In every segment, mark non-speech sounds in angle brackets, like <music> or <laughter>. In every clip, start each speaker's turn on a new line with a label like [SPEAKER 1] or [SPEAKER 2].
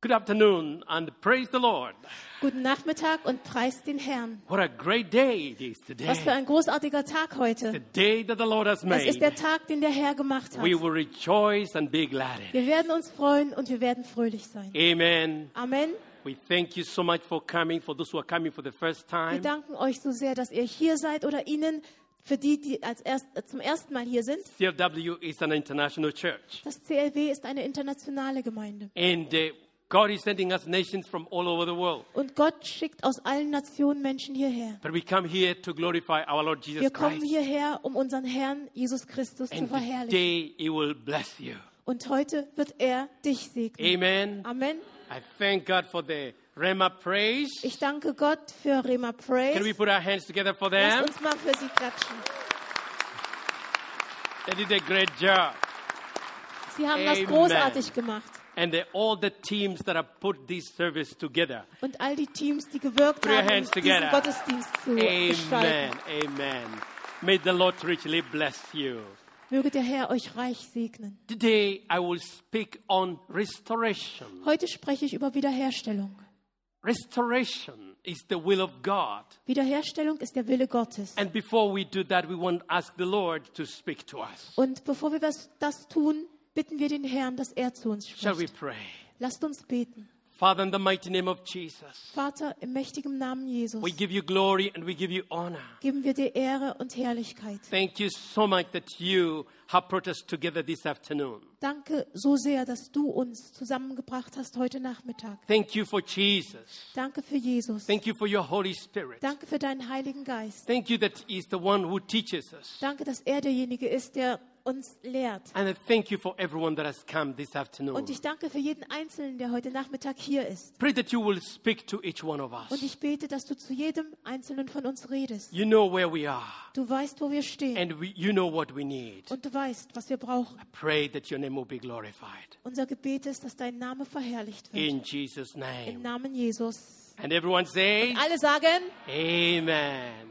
[SPEAKER 1] Good afternoon and praise the Lord.
[SPEAKER 2] Guten Nachmittag und preist den Herrn.
[SPEAKER 1] What a great day it is
[SPEAKER 2] Was für
[SPEAKER 1] today.
[SPEAKER 2] ein großartiger Tag
[SPEAKER 1] The
[SPEAKER 2] heute.
[SPEAKER 1] day that the Lord has
[SPEAKER 2] Es
[SPEAKER 1] made.
[SPEAKER 2] ist der Tag, den der Herr gemacht hat.
[SPEAKER 1] We will rejoice and be glad in
[SPEAKER 2] Wir werden uns freuen und wir werden fröhlich sein.
[SPEAKER 1] it. Amen.
[SPEAKER 2] Amen.
[SPEAKER 1] We thank you so much for coming, for those who are coming for the first
[SPEAKER 2] Wir
[SPEAKER 1] time.
[SPEAKER 2] danken euch so sehr, dass ihr hier seid oder Ihnen, für die, die als erst, äh, zum ersten Mal hier sind.
[SPEAKER 1] CFW is an international church.
[SPEAKER 2] Das CLW ist eine internationale Gemeinde.
[SPEAKER 1] And uh, God is sending us nations from all over the world.
[SPEAKER 2] Und Gott schickt aus allen Nationen Menschen hierher.
[SPEAKER 1] But we come here to glorify our Lord Jesus
[SPEAKER 2] Wir kommen
[SPEAKER 1] Christ.
[SPEAKER 2] hierher, um unseren Herrn Jesus Christus zu
[SPEAKER 1] And
[SPEAKER 2] verherrlichen.
[SPEAKER 1] today He will bless you.
[SPEAKER 2] Und heute wird er dich segnen.
[SPEAKER 1] Amen.
[SPEAKER 2] Amen.
[SPEAKER 1] I thank God for the Rema praise.
[SPEAKER 2] Ich danke Gott für Rema
[SPEAKER 1] Can we
[SPEAKER 2] Praise.
[SPEAKER 1] put our hands together for them?
[SPEAKER 2] Lasst uns mal für sie klatschen.
[SPEAKER 1] They did a great job.
[SPEAKER 2] Sie haben das
[SPEAKER 1] Amen.
[SPEAKER 2] großartig gemacht.
[SPEAKER 1] And the, all the teams that have put this service together.
[SPEAKER 2] Und all die Teams, die gewirkt
[SPEAKER 1] Put your
[SPEAKER 2] haben,
[SPEAKER 1] hands together.
[SPEAKER 2] diesen Gottesdienst zu
[SPEAKER 1] Amen.
[SPEAKER 2] gestalten.
[SPEAKER 1] Amen. May the Lord richly bless you.
[SPEAKER 2] Möge der Herr euch reich segnen.
[SPEAKER 1] Today I will speak on restoration.
[SPEAKER 2] Heute spreche ich über Wiederherstellung.
[SPEAKER 1] Restoration is the will of God.
[SPEAKER 2] Wiederherstellung ist der Wille Gottes.
[SPEAKER 1] And before we do that, we want to ask the Lord to speak to us.
[SPEAKER 2] Und bevor wir das, das tun, bitten wir den Herrn, dass er zu uns
[SPEAKER 1] Shall we
[SPEAKER 2] spricht.
[SPEAKER 1] pray?
[SPEAKER 2] Lasst uns beten.
[SPEAKER 1] Father, in the mighty name of Jesus,
[SPEAKER 2] Vater, im mächtigen Namen Jesus
[SPEAKER 1] we give you glory and we give you honor.
[SPEAKER 2] geben wir dir Ehre und Herrlichkeit.
[SPEAKER 1] Thank you so much that you have brought us together this afternoon.
[SPEAKER 2] Danke so sehr, dass du uns zusammengebracht hast heute Nachmittag.
[SPEAKER 1] Thank you for Jesus.
[SPEAKER 2] Danke für Jesus.
[SPEAKER 1] Thank you for your Holy Spirit.
[SPEAKER 2] Danke für deinen Heiligen Geist.
[SPEAKER 1] Thank you that He is the one who teaches us.
[SPEAKER 2] Danke, dass er derjenige ist, der uns lehrt.
[SPEAKER 1] And I thank you for everyone that has come this afternoon.
[SPEAKER 2] Und ich danke für jeden Einzelnen, der heute Nachmittag hier ist.
[SPEAKER 1] Pray that you will speak to each one of us.
[SPEAKER 2] Und ich bete, dass du zu jedem Einzelnen von uns redest.
[SPEAKER 1] You know where we are,
[SPEAKER 2] Du weißt, wo wir stehen.
[SPEAKER 1] and we, you know what we need.
[SPEAKER 2] Und du weißt, was wir brauchen.
[SPEAKER 1] Pray that your name will be glorified.
[SPEAKER 2] Unser Gebet ist, dass dein Name verherrlicht wird.
[SPEAKER 1] In Jesus'
[SPEAKER 2] Im
[SPEAKER 1] name.
[SPEAKER 2] Namen Jesus.
[SPEAKER 1] And everyone says,
[SPEAKER 2] Alle sagen,
[SPEAKER 1] Amen.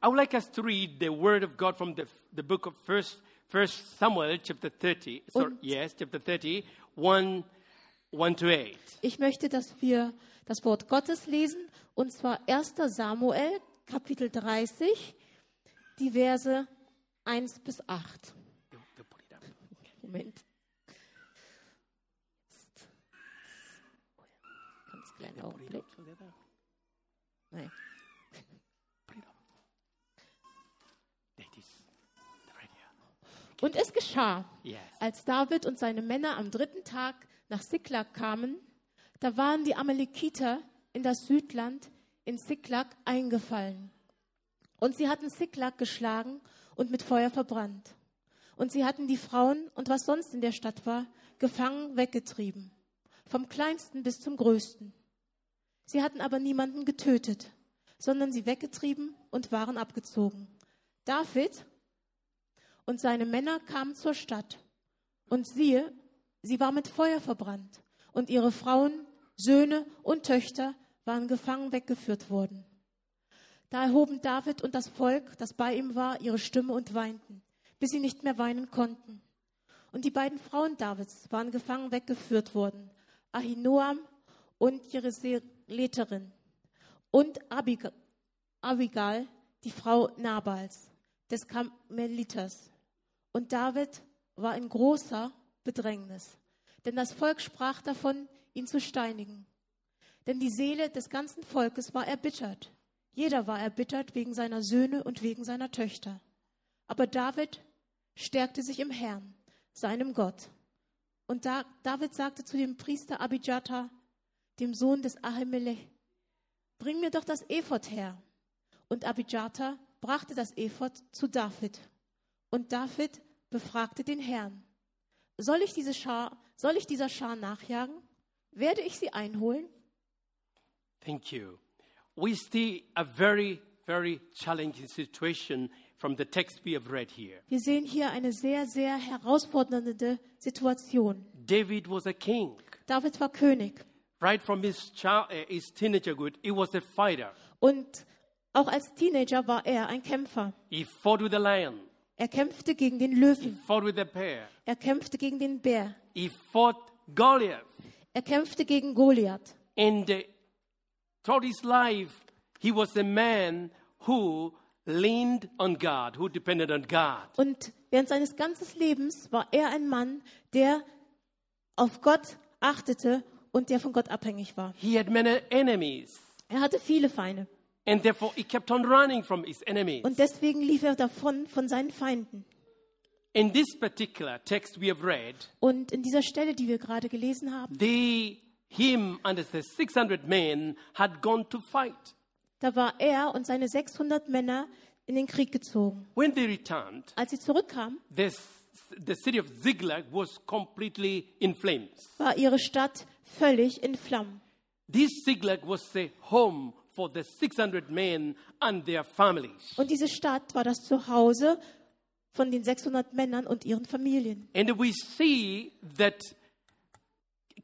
[SPEAKER 1] I would like us to read the word of God from the, the book of First, First Samuel, chapter 30. Sorry,
[SPEAKER 2] Und-
[SPEAKER 1] yes, chapter 30, 1, 1 to 8.
[SPEAKER 2] ich möchte, dass wir das Wort Gottes lesen. Und zwar 1. Samuel, Kapitel 30, die Verse 1 bis 8.
[SPEAKER 1] You- you put it up.
[SPEAKER 2] Moment. Ganz kleinen Augenblick. Nein.
[SPEAKER 1] Put it up. That is the radio.
[SPEAKER 2] Und es geschah,
[SPEAKER 1] Yes.
[SPEAKER 2] als David und seine Männer am dritten Tag nach Siklag kamen, da waren die Amalekiter in das Südland in Siklag eingefallen. Und sie hatten Siklag geschlagen und mit Feuer verbrannt. Und sie hatten die Frauen und was sonst in der Stadt war, gefangen weggetrieben, vom kleinsten bis zum größten. Sie hatten aber niemanden getötet, sondern sie weggetrieben und waren abgezogen. David und seine Männer kamen zur Stadt. Und siehe, sie war mit Feuer verbrannt, und ihre Frauen, Söhne und Töchter waren gefangen weggeführt worden. Da erhoben David und das Volk, das bei ihm war, ihre Stimme und weinten, bis sie nicht mehr weinen konnten. Und die beiden Frauen Davids waren gefangen weggeführt worden, Ahinoam und ihre Leterin und Abig Abigail, die Frau Nabals, des Karmeliters. Und David war in großer Bedrängnis, denn das Volk sprach davon, ihn zu steinigen. Denn die Seele des ganzen Volkes war erbittert. Jeder war erbittert wegen seiner Söhne und wegen seiner Töchter. Aber David stärkte sich im Herrn, seinem Gott. Und da, David sagte zu dem Priester Abijata, dem Sohn des Ahimelech, bring mir doch das Ephod her. Und Abijata brachte das Ephod zu David. Und David befragte den Herrn, soll ich, diese Schar, soll ich dieser Schar nachjagen? Werde ich sie einholen?
[SPEAKER 1] Thank you. We see a very, very challenging situation from the text we have read here.
[SPEAKER 2] Wir sehen hier eine sehr, sehr herausfordernde Situation.
[SPEAKER 1] David was a king.
[SPEAKER 2] David war König
[SPEAKER 1] Right from his, child, uh, his teenagerhood, he was a fighter.
[SPEAKER 2] und auch als Teenager war er ein Kämpfer.
[SPEAKER 1] He fought with the lion,
[SPEAKER 2] Er kämpfte gegen den
[SPEAKER 1] he
[SPEAKER 2] Löwen,
[SPEAKER 1] fought with the bear,
[SPEAKER 2] er kämpfte gegen den Bär,
[SPEAKER 1] he fought Goliath.
[SPEAKER 2] Er kämpfte gegen Goliath.
[SPEAKER 1] And uh, throughout his life, he was a man who leaned on God, who depended on God.
[SPEAKER 2] Und während seines ganzen Lebens war er ein Mann, der auf Gott achtete und der von Gott abhängig war.
[SPEAKER 1] He had many enemies,
[SPEAKER 2] Er hatte viele Feinde
[SPEAKER 1] and therefore he kept on running from his enemies.
[SPEAKER 2] und deswegen lief er davon von seinen Feinden.
[SPEAKER 1] In this particular text we have read,
[SPEAKER 2] Und in dieser Stelle, die wir gerade gelesen haben,
[SPEAKER 1] they, him and the 600 men had gone to fight.
[SPEAKER 2] da war er und seine 600 Männer in den Krieg gezogen.
[SPEAKER 1] When they returned,
[SPEAKER 2] Als sie zurückkamen,
[SPEAKER 1] this, the city of Ziklag was completely in flames.
[SPEAKER 2] war ihre Stadt völlig in Flammen.
[SPEAKER 1] This Ziklag was the home for the 600 men and their families.
[SPEAKER 2] Und diese Stadt war das Zuhause von den 600 Männern und ihren Familien.
[SPEAKER 1] And we see that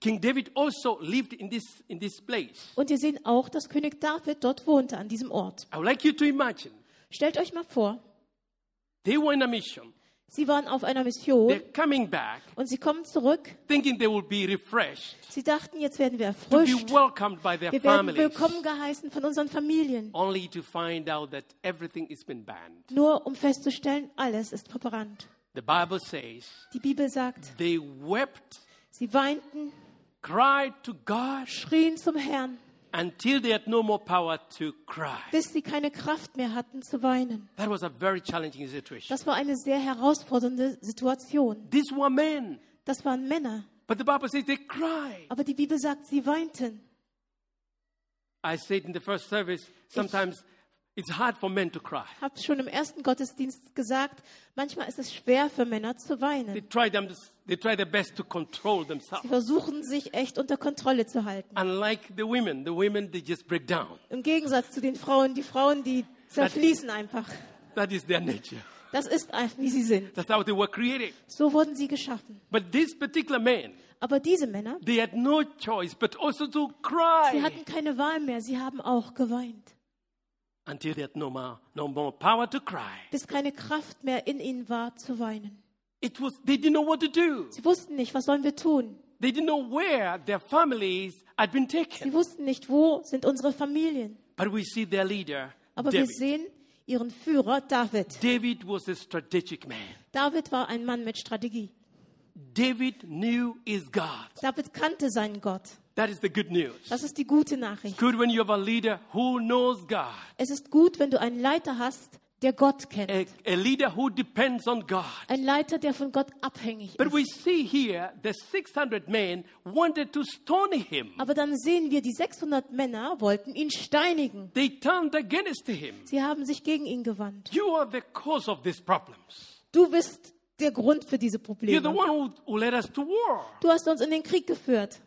[SPEAKER 1] King David also lived in this, in this place.
[SPEAKER 2] Und wir sehen auch, dass König David dort wohnte, an diesem Ort.
[SPEAKER 1] I would like you to imagine
[SPEAKER 2] Stellt euch mal vor,
[SPEAKER 1] they were in a mission.
[SPEAKER 2] sie waren auf einer
[SPEAKER 1] They're
[SPEAKER 2] Mission
[SPEAKER 1] coming back
[SPEAKER 2] und sie kommen zurück.
[SPEAKER 1] thinking they will be refreshed,
[SPEAKER 2] Sie dachten, jetzt werden wir
[SPEAKER 1] to be
[SPEAKER 2] erfrischt.
[SPEAKER 1] welcomed by their
[SPEAKER 2] Wir werden
[SPEAKER 1] families,
[SPEAKER 2] willkommen geheißen von unseren Familien.
[SPEAKER 1] only to find out that everything has been banned.
[SPEAKER 2] Nur um festzustellen, alles ist verbrannt.
[SPEAKER 1] The Bible says
[SPEAKER 2] Die Bibel sagt,
[SPEAKER 1] they wept,
[SPEAKER 2] sie weinten,
[SPEAKER 1] cried to God
[SPEAKER 2] schrien zum Herrn,
[SPEAKER 1] until they had no more power to cry.
[SPEAKER 2] bis sie keine Kraft mehr hatten zu weinen.
[SPEAKER 1] That was a very challenging situation.
[SPEAKER 2] Das war eine sehr herausfordernde Situation.
[SPEAKER 1] These were men,
[SPEAKER 2] Das waren Männer.
[SPEAKER 1] but the Bible says they cried.
[SPEAKER 2] Aber die Bibel sagt, sie weinten.
[SPEAKER 1] I said in the first service, sometimes it's hard for men to cry.
[SPEAKER 2] Ich habe schon im ersten Gottesdienst gesagt, manchmal ist es schwer für Männer zu
[SPEAKER 1] They
[SPEAKER 2] weinen.
[SPEAKER 1] try, them, they try their best to control
[SPEAKER 2] Sie
[SPEAKER 1] themselves.
[SPEAKER 2] versuchen sich echt unter Kontrolle zu halten.
[SPEAKER 1] Unlike the women, the women, they just break down.
[SPEAKER 2] Im Gegensatz zu den Frauen, die Frauen, die zerfließen einfach.
[SPEAKER 1] That is their nature.
[SPEAKER 2] Das ist einfach, wie sie sind.
[SPEAKER 1] That's how they were created.
[SPEAKER 2] So wurden sie geschaffen.
[SPEAKER 1] But these particular men,
[SPEAKER 2] Aber diese Männer,
[SPEAKER 1] they had no choice but also to cry
[SPEAKER 2] sie hatten keine Wahl mehr. Sie haben auch geweint,
[SPEAKER 1] until they had no more, no more power to cry.
[SPEAKER 2] bis keine Kraft mehr in ihnen war zu weinen.
[SPEAKER 1] It was, they didn't know what to do.
[SPEAKER 2] Sie wussten nicht, was sollen wir tun?
[SPEAKER 1] They didn't know where their families had been taken.
[SPEAKER 2] Sie wussten nicht, wo sind unsere Familien.
[SPEAKER 1] But we see their leader,
[SPEAKER 2] Aber
[SPEAKER 1] David.
[SPEAKER 2] wir sehen ihren Führer David.
[SPEAKER 1] David was a strategic man.
[SPEAKER 2] David war ein Mann mit Strategie.
[SPEAKER 1] David knew his God.
[SPEAKER 2] David kannte seinen Gott.
[SPEAKER 1] That is the good news.
[SPEAKER 2] Das ist die gute Nachricht.
[SPEAKER 1] Good when you have a leader who knows God,
[SPEAKER 2] Es ist gut, wenn du einen Leiter hast, der Gott
[SPEAKER 1] a,
[SPEAKER 2] kennt.
[SPEAKER 1] a leader who depends on God.
[SPEAKER 2] Ein Leiter, der von Gott abhängig
[SPEAKER 1] But
[SPEAKER 2] ist.
[SPEAKER 1] we see here the 600 men wanted to stone him.
[SPEAKER 2] Aber dann sehen wir, die 600 Männer wollten ihn steinigen.
[SPEAKER 1] They turned against him.
[SPEAKER 2] Sie haben sich gegen ihn gewandt.
[SPEAKER 1] You are the cause of these problems.
[SPEAKER 2] Du bist der Grund für diese
[SPEAKER 1] You're the
[SPEAKER 2] Probleme.
[SPEAKER 1] one who, who led us to war.
[SPEAKER 2] Du hast uns in den Krieg geführt.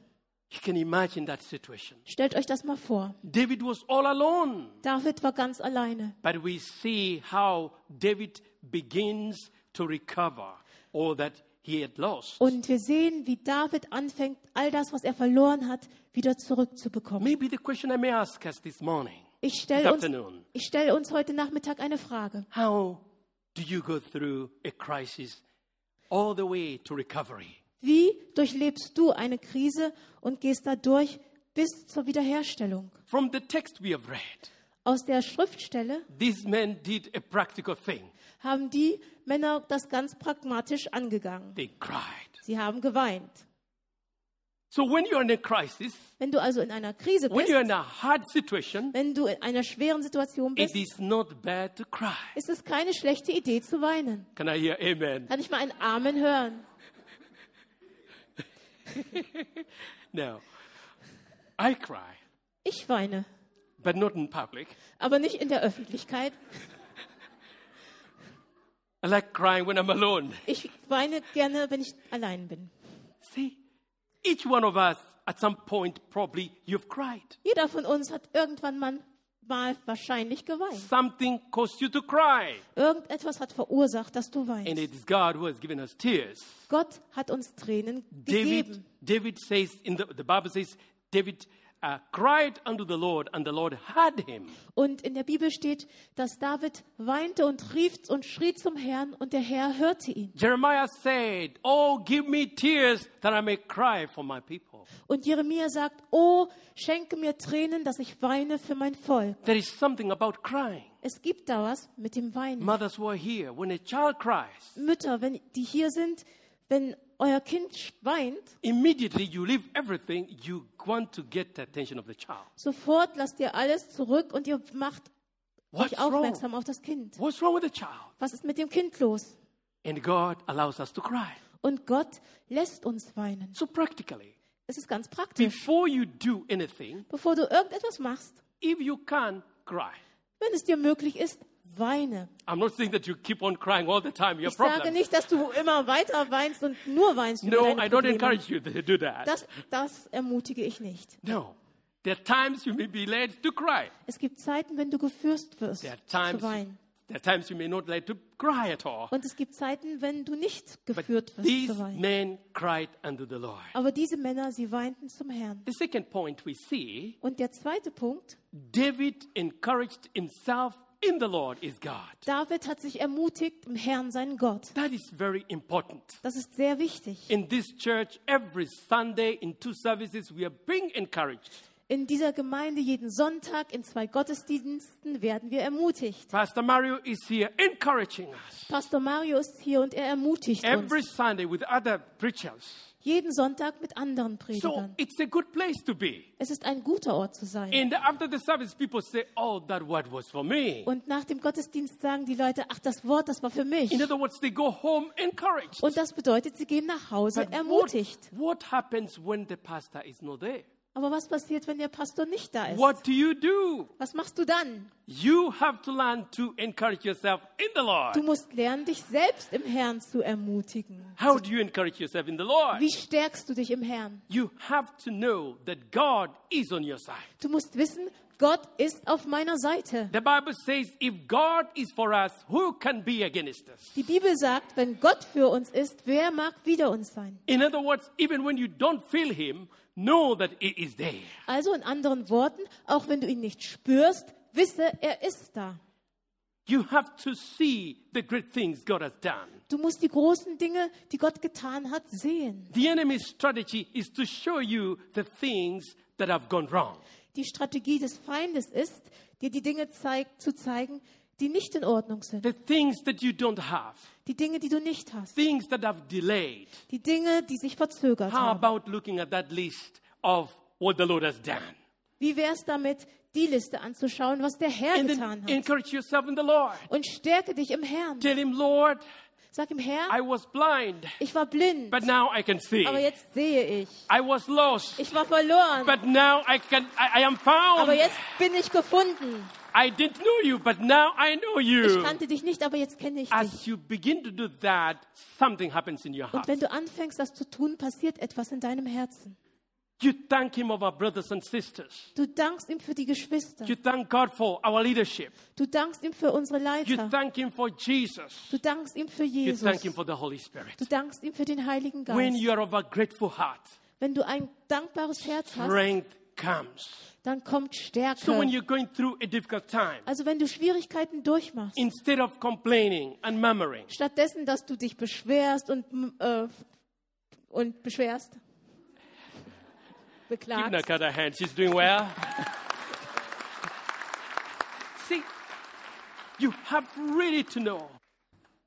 [SPEAKER 1] You can imagine that situation.
[SPEAKER 2] Stellt euch das mal vor.
[SPEAKER 1] David was all alone.
[SPEAKER 2] David war ganz alleine.
[SPEAKER 1] But we see how David begins to recover all that he had lost.
[SPEAKER 2] Und wir sehen, wie David anfängt, all das, was er verloren hat, wieder zurückzubekommen.
[SPEAKER 1] Maybe the question I may ask us this morning
[SPEAKER 2] Ich
[SPEAKER 1] this
[SPEAKER 2] stelle uns,
[SPEAKER 1] afternoon.
[SPEAKER 2] ich stell uns heute Nachmittag eine Frage.
[SPEAKER 1] How do you go through a crisis all the way to recovery?
[SPEAKER 2] Wie durchlebst du eine Krise und gehst dadurch bis zur Wiederherstellung?
[SPEAKER 1] From the text we have read,
[SPEAKER 2] Aus der Schriftstelle
[SPEAKER 1] these men did a practical thing.
[SPEAKER 2] haben die Männer das ganz pragmatisch angegangen.
[SPEAKER 1] They cried.
[SPEAKER 2] Sie haben geweint.
[SPEAKER 1] So when you're in a crisis,
[SPEAKER 2] Wenn du also in einer Krise
[SPEAKER 1] when you're
[SPEAKER 2] bist,
[SPEAKER 1] in a hard situation,
[SPEAKER 2] wenn du in einer schweren Situation
[SPEAKER 1] it
[SPEAKER 2] bist,
[SPEAKER 1] is not bad to cry.
[SPEAKER 2] ist es keine schlechte Idee zu weinen.
[SPEAKER 1] Can I hear amen?
[SPEAKER 2] Kann ich mal ein Amen hören?
[SPEAKER 1] No. I cry,
[SPEAKER 2] Ich weine,
[SPEAKER 1] but not in public.
[SPEAKER 2] aber nicht in der Öffentlichkeit.
[SPEAKER 1] I like crying when I'm alone.
[SPEAKER 2] Ich weine gerne, wenn ich allein bin.
[SPEAKER 1] See, each one of us at some point probably you've cried.
[SPEAKER 2] Jeder von uns hat irgendwann mal, mal wahrscheinlich geweint.
[SPEAKER 1] Something caused you to cry.
[SPEAKER 2] Irgendetwas hat verursacht, dass du
[SPEAKER 1] And
[SPEAKER 2] weinst.
[SPEAKER 1] it is God who has given us tears.
[SPEAKER 2] Gott hat uns Tränen
[SPEAKER 1] David,
[SPEAKER 2] gegeben.
[SPEAKER 1] David says in the, the Bible says David uh, cried unto the Lord, and the Lord heard him.
[SPEAKER 2] Und in der Bibel steht, dass David weinte und rief und schrie zum Herrn und der Herr hörte ihn.
[SPEAKER 1] Jeremiah said, Oh, give me tears that I may cry for my people.
[SPEAKER 2] Und Jeremia sagt, oh, schenke mir Tränen, dass ich weine für mein Volk.
[SPEAKER 1] There is something about crying.
[SPEAKER 2] Es gibt da was mit dem Weinen.
[SPEAKER 1] Mothers who are here, when a child cries,
[SPEAKER 2] Mütter, wenn die hier sind, wenn euer Kind sch- weint,
[SPEAKER 1] immediately you leave everything. You want to get the attention of the child.
[SPEAKER 2] sofort lasst ihr alles zurück und ihr macht
[SPEAKER 1] What's
[SPEAKER 2] euch
[SPEAKER 1] wrong?
[SPEAKER 2] aufmerksam auf das Kind.
[SPEAKER 1] What's wrong with the child?
[SPEAKER 2] Was ist mit dem Kind los?
[SPEAKER 1] And God allows us to cry.
[SPEAKER 2] Und Gott lässt uns weinen.
[SPEAKER 1] So <laughs> practically,
[SPEAKER 2] Es ist ganz praktisch.
[SPEAKER 1] before you do anything,
[SPEAKER 2] Bevor du irgendetwas machst,
[SPEAKER 1] if you can, cry.
[SPEAKER 2] wenn es dir möglich ist, weine.
[SPEAKER 1] I'm not saying that you keep on crying all the time. Your
[SPEAKER 2] Ich sage
[SPEAKER 1] problem.
[SPEAKER 2] nicht, dass du immer weiter weinst und nur weinst. über
[SPEAKER 1] No,
[SPEAKER 2] deine
[SPEAKER 1] I don't
[SPEAKER 2] Probleme.
[SPEAKER 1] encourage you to do that.
[SPEAKER 2] Das, das ermutige ich nicht.
[SPEAKER 1] No. There are times you may be led to cry.
[SPEAKER 2] Es gibt Zeiten, wenn du geführt wirst
[SPEAKER 1] There are
[SPEAKER 2] zu
[SPEAKER 1] times,
[SPEAKER 2] weinen.
[SPEAKER 1] there are times you may not like to cry at all.
[SPEAKER 2] Und es gibt Zeiten, wenn du nicht
[SPEAKER 1] But
[SPEAKER 2] geführt wirst
[SPEAKER 1] these
[SPEAKER 2] zu weinen.
[SPEAKER 1] men cried unto the Lord.
[SPEAKER 2] Aber diese Männer, sie weinten zum Herrn.
[SPEAKER 1] The second point we see
[SPEAKER 2] Und der zweite Punkt,
[SPEAKER 1] David encouraged himself in the Lord is God.
[SPEAKER 2] David hat sich ermutigt im Herrn, seinen Gott.
[SPEAKER 1] That is very important.
[SPEAKER 2] Das ist sehr wichtig.
[SPEAKER 1] In this church, every Sunday in two services, we are being encouraged.
[SPEAKER 2] In dieser Gemeinde jeden Sonntag in zwei Gottesdiensten werden wir ermutigt.
[SPEAKER 1] Pastor Mario is here encouraging us
[SPEAKER 2] Pastor Mario ist hier und er ermutigt
[SPEAKER 1] every
[SPEAKER 2] uns.
[SPEAKER 1] Sunday with other preachers.
[SPEAKER 2] Jeden Sonntag mit anderen
[SPEAKER 1] So
[SPEAKER 2] Predigern.
[SPEAKER 1] it's a good place to be.
[SPEAKER 2] Es ist ein guter Ort zu sein.
[SPEAKER 1] And after the service, people say, Oh, that word was for me.
[SPEAKER 2] Und nach dem Gottesdienst sagen die Leute, ach, das Wort, das war für mich.
[SPEAKER 1] In other words, they go home encouraged.
[SPEAKER 2] Und das bedeutet, sie gehen nach Hause
[SPEAKER 1] But what,
[SPEAKER 2] ermutigt.
[SPEAKER 1] what happens when the pastor is not there?
[SPEAKER 2] Aber was passiert, wenn der Pastor nicht da ist?
[SPEAKER 1] What do you do?
[SPEAKER 2] Was machst du dann?
[SPEAKER 1] You have to learn to encourage yourself in the Lord.
[SPEAKER 2] Du musst lernen, dich selbst im Herrn zu ermutigen.
[SPEAKER 1] How do you encourage yourself in the Lord?
[SPEAKER 2] Wie stärkst du dich im Herrn?
[SPEAKER 1] You have to know that God is on your side.
[SPEAKER 2] Du musst wissen, Gott ist auf meiner Seite.
[SPEAKER 1] The Bible says, If God is for us, who can be against us?
[SPEAKER 2] Die Bibel sagt, wenn Gott für uns ist, wer mag wider uns sein?
[SPEAKER 1] In other words, even when you don't feel Him, know that He is there.
[SPEAKER 2] Also in anderen Worten, auch wenn du ihn nicht spürst, wisse, er ist da.
[SPEAKER 1] You have to see the great things God has done.
[SPEAKER 2] Du musst die großen Dinge, die Gott getan hat, sehen.
[SPEAKER 1] The enemy's strategy is to show you the things that have gone wrong.
[SPEAKER 2] Die Strategie des Feindes ist, dir die Dinge zeigt, zu zeigen, die nicht in Ordnung sind.
[SPEAKER 1] The things that you don't have,
[SPEAKER 2] Die Dinge, die du nicht hast.
[SPEAKER 1] things that have delayed.
[SPEAKER 2] Die Dinge, die sich verzögert
[SPEAKER 1] How
[SPEAKER 2] haben.
[SPEAKER 1] about looking at that list of what the Lord has done?
[SPEAKER 2] Wie wäre es damit, die Liste anzuschauen, was der Herr
[SPEAKER 1] And
[SPEAKER 2] getan
[SPEAKER 1] then
[SPEAKER 2] hat?
[SPEAKER 1] encourage yourself in the Lord.
[SPEAKER 2] Und stärke dich im Herrn.
[SPEAKER 1] Tell Him, Lord,
[SPEAKER 2] Sag ihm, Herr,
[SPEAKER 1] I was blind,
[SPEAKER 2] ich war blind,
[SPEAKER 1] but now I can see.
[SPEAKER 2] aber jetzt sehe ich.
[SPEAKER 1] I was lost,
[SPEAKER 2] Ich war verloren,
[SPEAKER 1] but now I can. I, I am
[SPEAKER 2] aber
[SPEAKER 1] found.
[SPEAKER 2] jetzt bin ich gefunden.
[SPEAKER 1] I didn't know you, but now I know
[SPEAKER 2] Ich
[SPEAKER 1] you.
[SPEAKER 2] kannte dich nicht, aber jetzt kenne ich dich.
[SPEAKER 1] As you begin to do that, something happens in your
[SPEAKER 2] Und
[SPEAKER 1] heart.
[SPEAKER 2] wenn du anfängst, das zu tun, passiert etwas in deinem Herzen.
[SPEAKER 1] You thank Him of our brothers and sisters.
[SPEAKER 2] Du dankst ihm für die Geschwister.
[SPEAKER 1] You thank God for our leadership.
[SPEAKER 2] Du dankst ihm für unsere
[SPEAKER 1] You
[SPEAKER 2] Leiter.
[SPEAKER 1] thank Him for Jesus.
[SPEAKER 2] Du dankst ihm für
[SPEAKER 1] You
[SPEAKER 2] Jesus.
[SPEAKER 1] thank Him for the Holy Spirit.
[SPEAKER 2] Du dankst ihm für den Heiligen
[SPEAKER 1] When
[SPEAKER 2] Geist.
[SPEAKER 1] you are of a grateful heart,
[SPEAKER 2] Wenn du ein dankbares Herz hast,
[SPEAKER 1] strength comes.
[SPEAKER 2] dann kommt
[SPEAKER 1] So when
[SPEAKER 2] Stärke.
[SPEAKER 1] you're going through a difficult time,
[SPEAKER 2] Also wenn du Schwierigkeiten durchmachst,
[SPEAKER 1] instead of complaining and murmuring,
[SPEAKER 2] stattdessen, dass du dich beschwerst und, m- äh, und beschwerst,
[SPEAKER 1] give
[SPEAKER 2] beklagst,
[SPEAKER 1] Nakata a hand. She's doing well. <laughs> See, you have really to know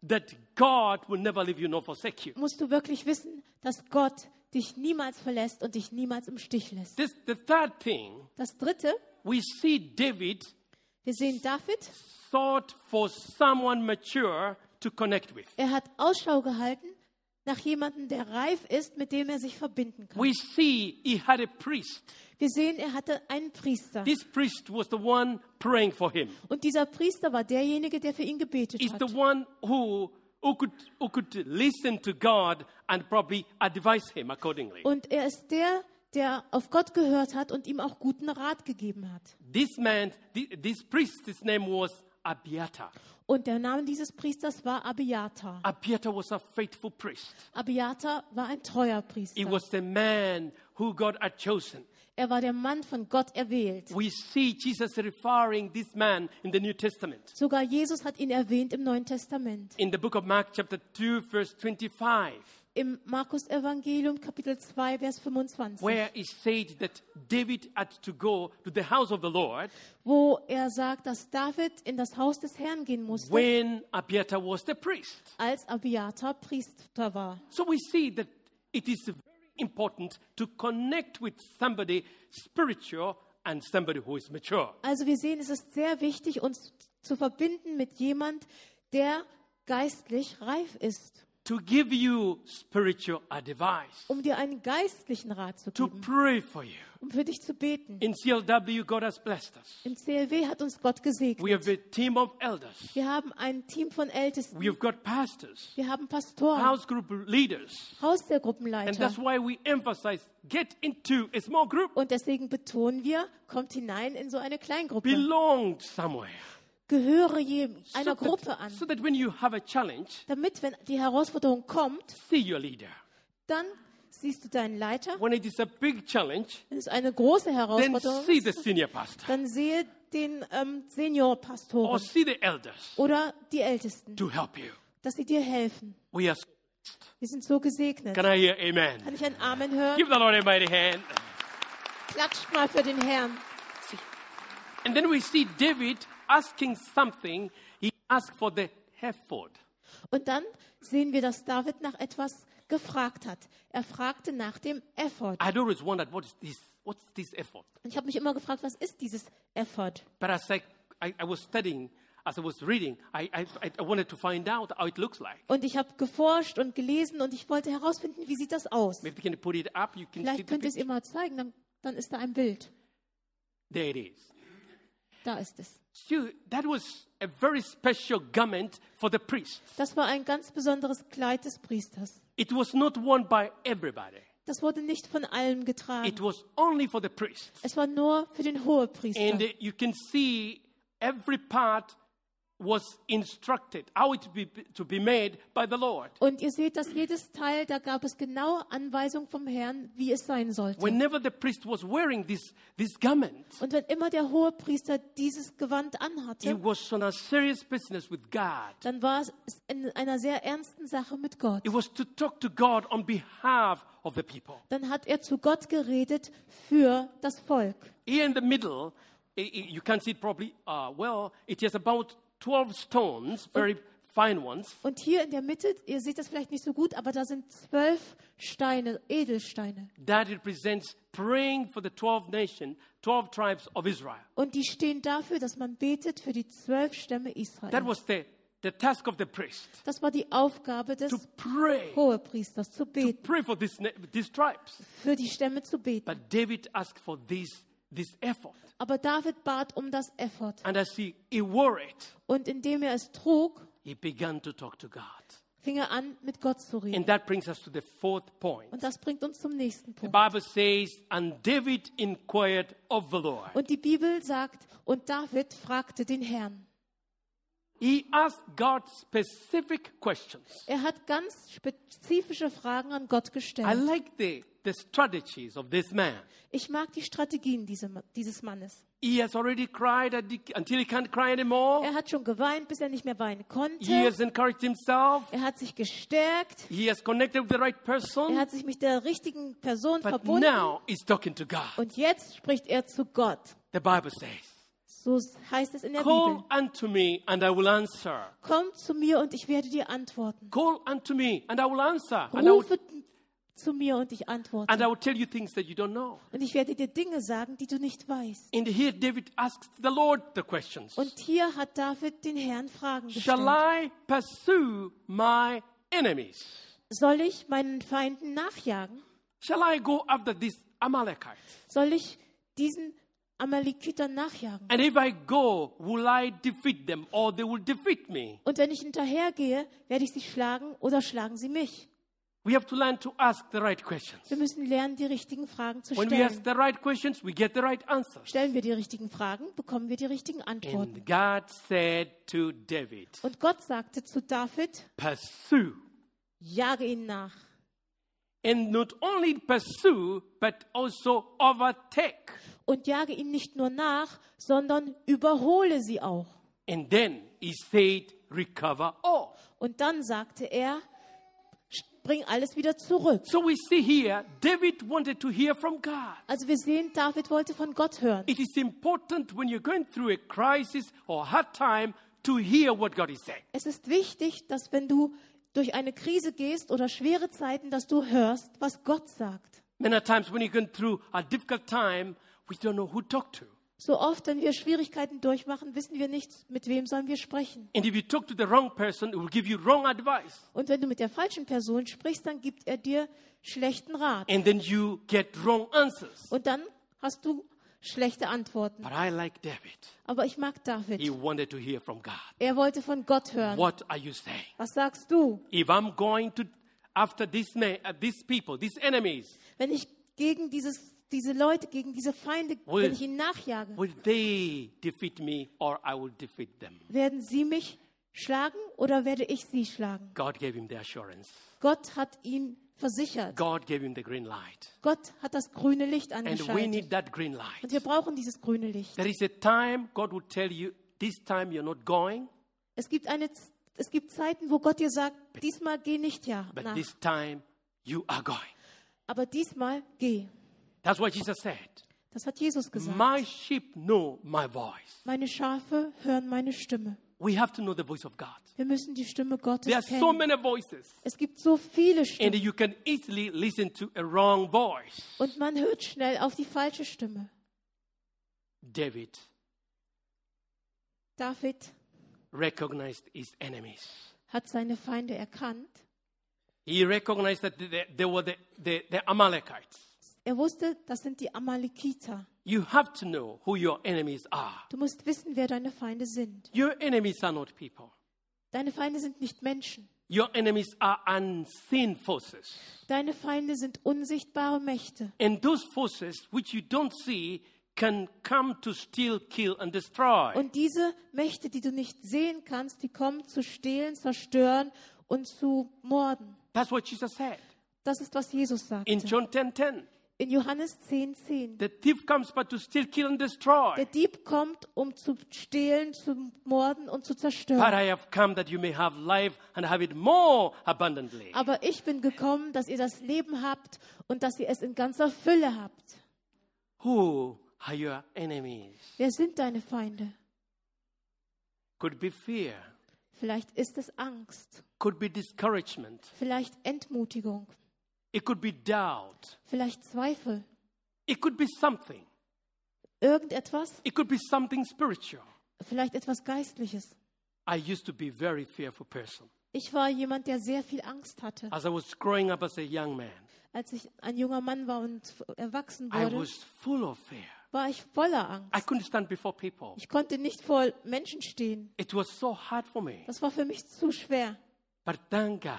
[SPEAKER 1] that God will never leave you nor forsake you.
[SPEAKER 2] musst du wirklich wissen, dass Gott dich niemals verlässt und dich niemals im Stich lässt.
[SPEAKER 1] This, the third thing
[SPEAKER 2] Das Dritte,
[SPEAKER 1] we see David
[SPEAKER 2] wir sehen David,
[SPEAKER 1] sought for someone mature to connect with.
[SPEAKER 2] er hat Ausschau gehalten nach jemandem, der reif ist, mit dem er sich verbinden kann.
[SPEAKER 1] We see he had a priest.
[SPEAKER 2] Wir sehen, er hatte einen Priester.
[SPEAKER 1] This priest was the one praying for him.
[SPEAKER 2] Und dieser Priester war derjenige, der für ihn gebetet
[SPEAKER 1] Is the
[SPEAKER 2] hat.
[SPEAKER 1] one who, who, could, who could listen to God and probably advise him accordingly.
[SPEAKER 2] Und er ist der, der auf Gott gehört hat und ihm auch guten Rat gegeben hat.
[SPEAKER 1] This man, thi- this priest's name was Abiata.
[SPEAKER 2] Und der Name dieses Priesters war Abiatar.
[SPEAKER 1] Abiata was a faithful priest.
[SPEAKER 2] Abiatar war ein treuer
[SPEAKER 1] He
[SPEAKER 2] Priester.
[SPEAKER 1] was the man who God had chosen
[SPEAKER 2] Er war der Mann von Gott erwählt.
[SPEAKER 1] We see Jesus referring this man in the New Testament.
[SPEAKER 2] Sogar Jesus hat ihn erwähnt im Neuen Testament.
[SPEAKER 1] In the book of Mark, chapter 2, verse 25,
[SPEAKER 2] Im Markus Evangelium Kapitel 2 Vers 25,
[SPEAKER 1] where it said that David had to go to the house of the Lord
[SPEAKER 2] wo er sagt, dass David in das Haus des Herrn gehen musste,
[SPEAKER 1] when Abiathar was the priest.
[SPEAKER 2] als Abiatar Priester war.
[SPEAKER 1] So we see that it is very important to connect with somebody spiritual and somebody who is mature.
[SPEAKER 2] Also wir sehen, es ist sehr wichtig, uns zu verbinden mit jemand, der geistlich reif ist,
[SPEAKER 1] To give you spiritual advice,
[SPEAKER 2] um dir einen geistlichen Rat zu
[SPEAKER 1] to
[SPEAKER 2] geben,
[SPEAKER 1] pray for you.
[SPEAKER 2] um für dich zu beten.
[SPEAKER 1] In CLW, God has blessed us.
[SPEAKER 2] Im CLW hat uns Gott gesegnet.
[SPEAKER 1] We have a team of elders.
[SPEAKER 2] Wir haben ein Team von Ältesten.
[SPEAKER 1] We have got pastors,
[SPEAKER 2] Wir haben Pastoren,
[SPEAKER 1] house group leaders.
[SPEAKER 2] Haus der
[SPEAKER 1] And
[SPEAKER 2] Gruppenleiter.
[SPEAKER 1] that's why we emphasize get into a small group,
[SPEAKER 2] Und deswegen betonen wir, kommt hinein in so eine Kleingruppe.
[SPEAKER 1] belong somewhere.
[SPEAKER 2] Gehöre jedem,
[SPEAKER 1] So
[SPEAKER 2] einer
[SPEAKER 1] that-
[SPEAKER 2] Gruppe an.
[SPEAKER 1] so that when you have a challenge,
[SPEAKER 2] Damit, wenn die Herausforderung kommt,
[SPEAKER 1] see your leader.
[SPEAKER 2] dann siehst du deinen Leiter.
[SPEAKER 1] When it is a big challenge,
[SPEAKER 2] Wenn es eine große
[SPEAKER 1] then
[SPEAKER 2] Herausforderung
[SPEAKER 1] see the senior pastor
[SPEAKER 2] dann sehe den ähm,
[SPEAKER 1] or
[SPEAKER 2] Seniorpastoren
[SPEAKER 1] see the elders
[SPEAKER 2] oder die Ältesten,
[SPEAKER 1] to help you.
[SPEAKER 2] dass sie dir helfen.
[SPEAKER 1] We are.
[SPEAKER 2] Wir sind so gesegnet.
[SPEAKER 1] Can I hear amen?
[SPEAKER 2] Kann ich ein Amen hören?
[SPEAKER 1] Give the Lord a mighty hand.
[SPEAKER 2] Klatscht mal für den Herrn.
[SPEAKER 1] And then we see David asking something. He asked for the Hereford.
[SPEAKER 2] Und dann sehen wir, dass David nach etwas gefragt hat. Er fragte nach dem Effort.
[SPEAKER 1] I'd always wondered what is this? What's this effort?
[SPEAKER 2] Und ich habe mich immer gefragt, was ist dieses Effort?
[SPEAKER 1] But as I, I, I was studying, as I was reading, I, I, I- I wanted to find out how it looks like.
[SPEAKER 2] Und ich habe geforscht und gelesen und ich wollte herausfinden, wie sieht das aus?
[SPEAKER 1] Maybe you can put it up. You can see
[SPEAKER 2] Vielleicht
[SPEAKER 1] the
[SPEAKER 2] könnt ihr es
[SPEAKER 1] picture.
[SPEAKER 2] immer zeigen, dann, dann ist da ein Bild.
[SPEAKER 1] There it is.
[SPEAKER 2] Da ist es.
[SPEAKER 1] So that was a very special garment for the priest.
[SPEAKER 2] Das war ein ganz besonderes Kleid des Priesters.
[SPEAKER 1] It was not worn by everybody.
[SPEAKER 2] Das wurde nicht von allen getragen.
[SPEAKER 1] It was only for the priest.
[SPEAKER 2] Es war nur für den Hohepriester.
[SPEAKER 1] And uh, you can see every part was instructed how it be, to be made by the Lord.
[SPEAKER 2] Und ihr seht, dass jedes Teil, da gab es genaue Anweisungen vom Herrn, wie es sein sollte.
[SPEAKER 1] Whenever the priest was wearing this, this garment,
[SPEAKER 2] Und wenn immer der Hohepriester dieses Gewand
[SPEAKER 1] it
[SPEAKER 2] anhatte,
[SPEAKER 1] was on a serious business with God.
[SPEAKER 2] dann war es in einer sehr ernsten Sache mit Gott.
[SPEAKER 1] It was to talk to God on behalf of the people.
[SPEAKER 2] Dann hat er zu Gott geredet für das Volk.
[SPEAKER 1] Here in the middle, i- i- you can't see it properly. Uh, well, it is about 12 stones, very fine ones.
[SPEAKER 2] Und hier in der Mitte, ihr seht das vielleicht nicht so gut, aber da sind zwölf Steine, Edelsteine.
[SPEAKER 1] That represents praying for the 12 nation, 12 tribes of Israel.
[SPEAKER 2] Und die stehen dafür, dass man betet für die zwölf Stämme
[SPEAKER 1] That
[SPEAKER 2] Israel.
[SPEAKER 1] was the, the task of the priest
[SPEAKER 2] Das war die Aufgabe des
[SPEAKER 1] to pray,
[SPEAKER 2] Hohepriesters, zu
[SPEAKER 1] to
[SPEAKER 2] beten.
[SPEAKER 1] pray for these, na- these tribes.
[SPEAKER 2] für die Stämme zu beten.
[SPEAKER 1] But David asked for this, this effort.
[SPEAKER 2] Aber David bat um das Effort.
[SPEAKER 1] And as he, he wore it,
[SPEAKER 2] Und indem er es trug,
[SPEAKER 1] he began to talk to God.
[SPEAKER 2] fing er an, mit Gott zu
[SPEAKER 1] And
[SPEAKER 2] reden.
[SPEAKER 1] that brings us to the fourth point.
[SPEAKER 2] Und das bringt uns zum nächsten
[SPEAKER 1] The
[SPEAKER 2] Punkt.
[SPEAKER 1] Bible says, And David inquired of the Lord.
[SPEAKER 2] Und die Bibel sagt, und David fragte den Herrn.
[SPEAKER 1] He asked God specific questions.
[SPEAKER 2] Er hat ganz spezifische Fragen an Gott
[SPEAKER 1] I
[SPEAKER 2] gestellt.
[SPEAKER 1] like the, the strategies of this man.
[SPEAKER 2] Ich mag die Strategien diese- dieses Mannes.
[SPEAKER 1] He has already cried at the- until he can't cry anymore.
[SPEAKER 2] Er hat schon geweint, bis er nicht mehr weinen
[SPEAKER 1] He
[SPEAKER 2] konnte.
[SPEAKER 1] has encouraged himself.
[SPEAKER 2] Er hat sich gestärkt.
[SPEAKER 1] He has connected with the right
[SPEAKER 2] Er
[SPEAKER 1] person,
[SPEAKER 2] hat sich mit der richtigen Person
[SPEAKER 1] but
[SPEAKER 2] verbunden.
[SPEAKER 1] now he's talking to God.
[SPEAKER 2] Und jetzt spricht er zu Gott.
[SPEAKER 1] The Bible says,
[SPEAKER 2] So heißt es in der Bibel.
[SPEAKER 1] Call unto me and I will answer.
[SPEAKER 2] Komm zu mir und ich werde dir antworten.
[SPEAKER 1] Call unto me and I will answer. And I will,
[SPEAKER 2] Rufe zu mir und ich antworte.
[SPEAKER 1] and I will tell you things that you don't know.
[SPEAKER 2] Und ich werde dir Dinge sagen, die du nicht weißt.
[SPEAKER 1] And here David asks the Lord the questions
[SPEAKER 2] Und hier hat David den Herrn Fragen
[SPEAKER 1] Shall
[SPEAKER 2] gestellt.
[SPEAKER 1] I pursue my enemies?
[SPEAKER 2] Soll ich meinen Feinden nachjagen?
[SPEAKER 1] Shall I go after this Amalekite?
[SPEAKER 2] Soll ich diesen Amalekitern nachjagen?
[SPEAKER 1] And if I go, will I defeat them or they will defeat me?
[SPEAKER 2] Und wenn ich hinterhergehe, werde ich sie schlagen oder schlagen sie mich?
[SPEAKER 1] We have to learn to ask the right questions.
[SPEAKER 2] Wir müssen lernen, die richtigen Fragen zu
[SPEAKER 1] When we ask
[SPEAKER 2] stellen.
[SPEAKER 1] the right questions, we get the right answers.
[SPEAKER 2] Stellen wir die richtigen Fragen, bekommen wir die richtigen Antworten.
[SPEAKER 1] And God said to David,
[SPEAKER 2] Und Gott sagte zu David,
[SPEAKER 1] Pursue.
[SPEAKER 2] jage ihn nach.
[SPEAKER 1] and not only pursue, but also overtake.
[SPEAKER 2] und jage ihnen nicht nur nach, sondern überhole sie auch.
[SPEAKER 1] And then he said, recover all.
[SPEAKER 2] Und dann sagte er, bring alles wieder zurück.
[SPEAKER 1] So we see here, David wanted to hear from God.
[SPEAKER 2] Also wir sehen, David wollte von Gott hören.
[SPEAKER 1] It is important when you're going through a crisis or hard time to hear what God is saying.
[SPEAKER 2] Es ist wichtig, dass wenn du durch eine Krise gehst oder schwere Zeiten, dass du hörst, was Gott sagt.
[SPEAKER 1] Many times when you're going through a difficult time, we don't know who to talk to.
[SPEAKER 2] So oft, wenn wir Schwierigkeiten durchmachen, wissen wir nicht, mit wem sollen wir sprechen.
[SPEAKER 1] And if you talk to the wrong person, it will give you wrong advice.
[SPEAKER 2] Und wenn du mit der falschen Person sprichst, dann gibt er dir schlechten Rat.
[SPEAKER 1] And then you get wrong answers.
[SPEAKER 2] Und dann hast du schlechte Antworten.
[SPEAKER 1] But I like David.
[SPEAKER 2] Aber ich mag
[SPEAKER 1] He
[SPEAKER 2] David.
[SPEAKER 1] wanted to hear from God.
[SPEAKER 2] Er wollte von Gott hören.
[SPEAKER 1] What are you saying?
[SPEAKER 2] Was sagst du?
[SPEAKER 1] If I'm going to after this na- uh, these people, these enemies,
[SPEAKER 2] Wenn ich gegen dieses, diese Leute, gegen diese Feinde,
[SPEAKER 1] Will-
[SPEAKER 2] wenn ich ihnen nachjage,
[SPEAKER 1] will they defeat me or I will defeat them?
[SPEAKER 2] werden sie mich schlagen oder werde ich sie schlagen?
[SPEAKER 1] God gave him the assurance.
[SPEAKER 2] Gott hat ihm versichert.
[SPEAKER 1] God gave him the green light.
[SPEAKER 2] Gott hat das grüne Licht
[SPEAKER 1] And we
[SPEAKER 2] angeschaltet.
[SPEAKER 1] need that green
[SPEAKER 2] Und wir
[SPEAKER 1] light.
[SPEAKER 2] brauchen dieses grüne Licht.
[SPEAKER 1] There is a time God will tell you, this time you're not going,
[SPEAKER 2] Es gibt, eine, Z- es gibt Zeiten, wo Gott dir sagt, diesmal geh nicht ja
[SPEAKER 1] but
[SPEAKER 2] nach,
[SPEAKER 1] this time you are going.
[SPEAKER 2] aber diesmal geh.
[SPEAKER 1] That's what Jesus said.
[SPEAKER 2] Das hat Jesus gesagt.
[SPEAKER 1] My sheep know my voice.
[SPEAKER 2] Meine Schafe hören meine Stimme.
[SPEAKER 1] We have to know the voice of God.
[SPEAKER 2] Wir müssen die Stimme
[SPEAKER 1] There are
[SPEAKER 2] Gottes
[SPEAKER 1] so
[SPEAKER 2] kennen.
[SPEAKER 1] many voices,
[SPEAKER 2] Es gibt so viele
[SPEAKER 1] and
[SPEAKER 2] Stimmen
[SPEAKER 1] you can easily listen to a wrong voice.
[SPEAKER 2] und man hört schnell auf die falsche Stimme.
[SPEAKER 1] David
[SPEAKER 2] David
[SPEAKER 1] recognized his enemies.
[SPEAKER 2] hat seine Feinde erkannt.
[SPEAKER 1] He recognized that they, they were the, the, the Amalekites.
[SPEAKER 2] Er wusste, das sind die Amalekiter.
[SPEAKER 1] You have to know who your enemies are.
[SPEAKER 2] Du musst wissen, wer deine Feinde sind.
[SPEAKER 1] Your enemies are not people.
[SPEAKER 2] Deine Feinde sind nicht Menschen.
[SPEAKER 1] Your enemies are unseen forces.
[SPEAKER 2] Deine Feinde sind unsichtbare Mächte.
[SPEAKER 1] And those forces which you don't see can come to steal, kill, and destroy.
[SPEAKER 2] Und diese Mächte, die du nicht sehen kannst, die kommen zu stehlen, zerstören und zu morden.
[SPEAKER 1] That's what Jesus said
[SPEAKER 2] Das ist, was Jesus
[SPEAKER 1] in
[SPEAKER 2] sagte.
[SPEAKER 1] John 10:10.
[SPEAKER 2] In Johannes 10, 10.
[SPEAKER 1] The thief comes but to steal, kill, and destroy.
[SPEAKER 2] Der Dieb kommt, um zu stehlen, zu morden und zu
[SPEAKER 1] But
[SPEAKER 2] zerstören.
[SPEAKER 1] I have come that you may have life and have it more abundantly.
[SPEAKER 2] Aber ich bin gekommen, dass ihr das Leben habt und dass ihr es in ganzer Fülle habt.
[SPEAKER 1] Who are your enemies?
[SPEAKER 2] Wer sind deine Feinde?
[SPEAKER 1] Could be fear,
[SPEAKER 2] Vielleicht ist es Angst,
[SPEAKER 1] could be discouragement,
[SPEAKER 2] vielleicht Entmutigung,
[SPEAKER 1] it could be doubt,
[SPEAKER 2] vielleicht Zweifel,
[SPEAKER 1] it could be something,
[SPEAKER 2] irgendetwas,
[SPEAKER 1] it could be something spiritual.
[SPEAKER 2] vielleicht etwas Geistliches.
[SPEAKER 1] I used to be very fearful person.
[SPEAKER 2] Ich war jemand, der sehr viel Angst hatte.
[SPEAKER 1] As I was growing up as a young man,
[SPEAKER 2] Als ich ein junger Mann war und f- erwachsen
[SPEAKER 1] I
[SPEAKER 2] wurde,
[SPEAKER 1] was full of fear.
[SPEAKER 2] war ich voller
[SPEAKER 1] I
[SPEAKER 2] Angst.
[SPEAKER 1] couldn't stand before people.
[SPEAKER 2] Ich konnte nicht vor Menschen stehen.
[SPEAKER 1] It was so hard for me.
[SPEAKER 2] Das war für mich zu schwer.
[SPEAKER 1] But thank God,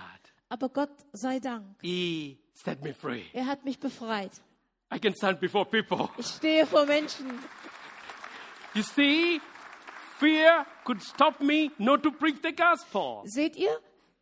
[SPEAKER 2] Aber Gott sei Dank,
[SPEAKER 1] He set me free.
[SPEAKER 2] er hat mich befreit.
[SPEAKER 1] I can stand before people. <laughs>
[SPEAKER 2] Ich stehe vor Menschen.
[SPEAKER 1] You see, fear could stop me not to preach the gospel.
[SPEAKER 2] Seht ihr?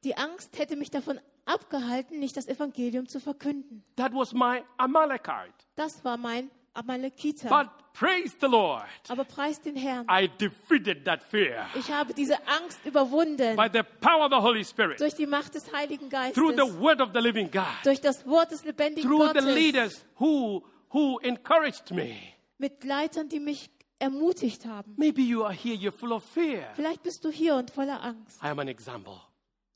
[SPEAKER 2] Die Angst hätte mich davon abgehalten, nicht das Evangelium zu verkünden.
[SPEAKER 1] That was my Amalekite.
[SPEAKER 2] Das war mein Amalekiter.
[SPEAKER 1] But praise the Lord,
[SPEAKER 2] Aber preis den Herrn.
[SPEAKER 1] I defeated that fear
[SPEAKER 2] Ich habe diese Angst überwunden
[SPEAKER 1] by the power of the Holy Spirit,
[SPEAKER 2] durch die Macht des Heiligen
[SPEAKER 1] through the
[SPEAKER 2] Geistes,
[SPEAKER 1] word of the living God,
[SPEAKER 2] durch das Wort des lebendigen
[SPEAKER 1] through the
[SPEAKER 2] Gottes,
[SPEAKER 1] leaders who, who encouraged me.
[SPEAKER 2] mit Leitern, die mich ermutigt haben.
[SPEAKER 1] Maybe you are here, you're full of fear.
[SPEAKER 2] Vielleicht bist du hier und voller Angst.
[SPEAKER 1] I am an example.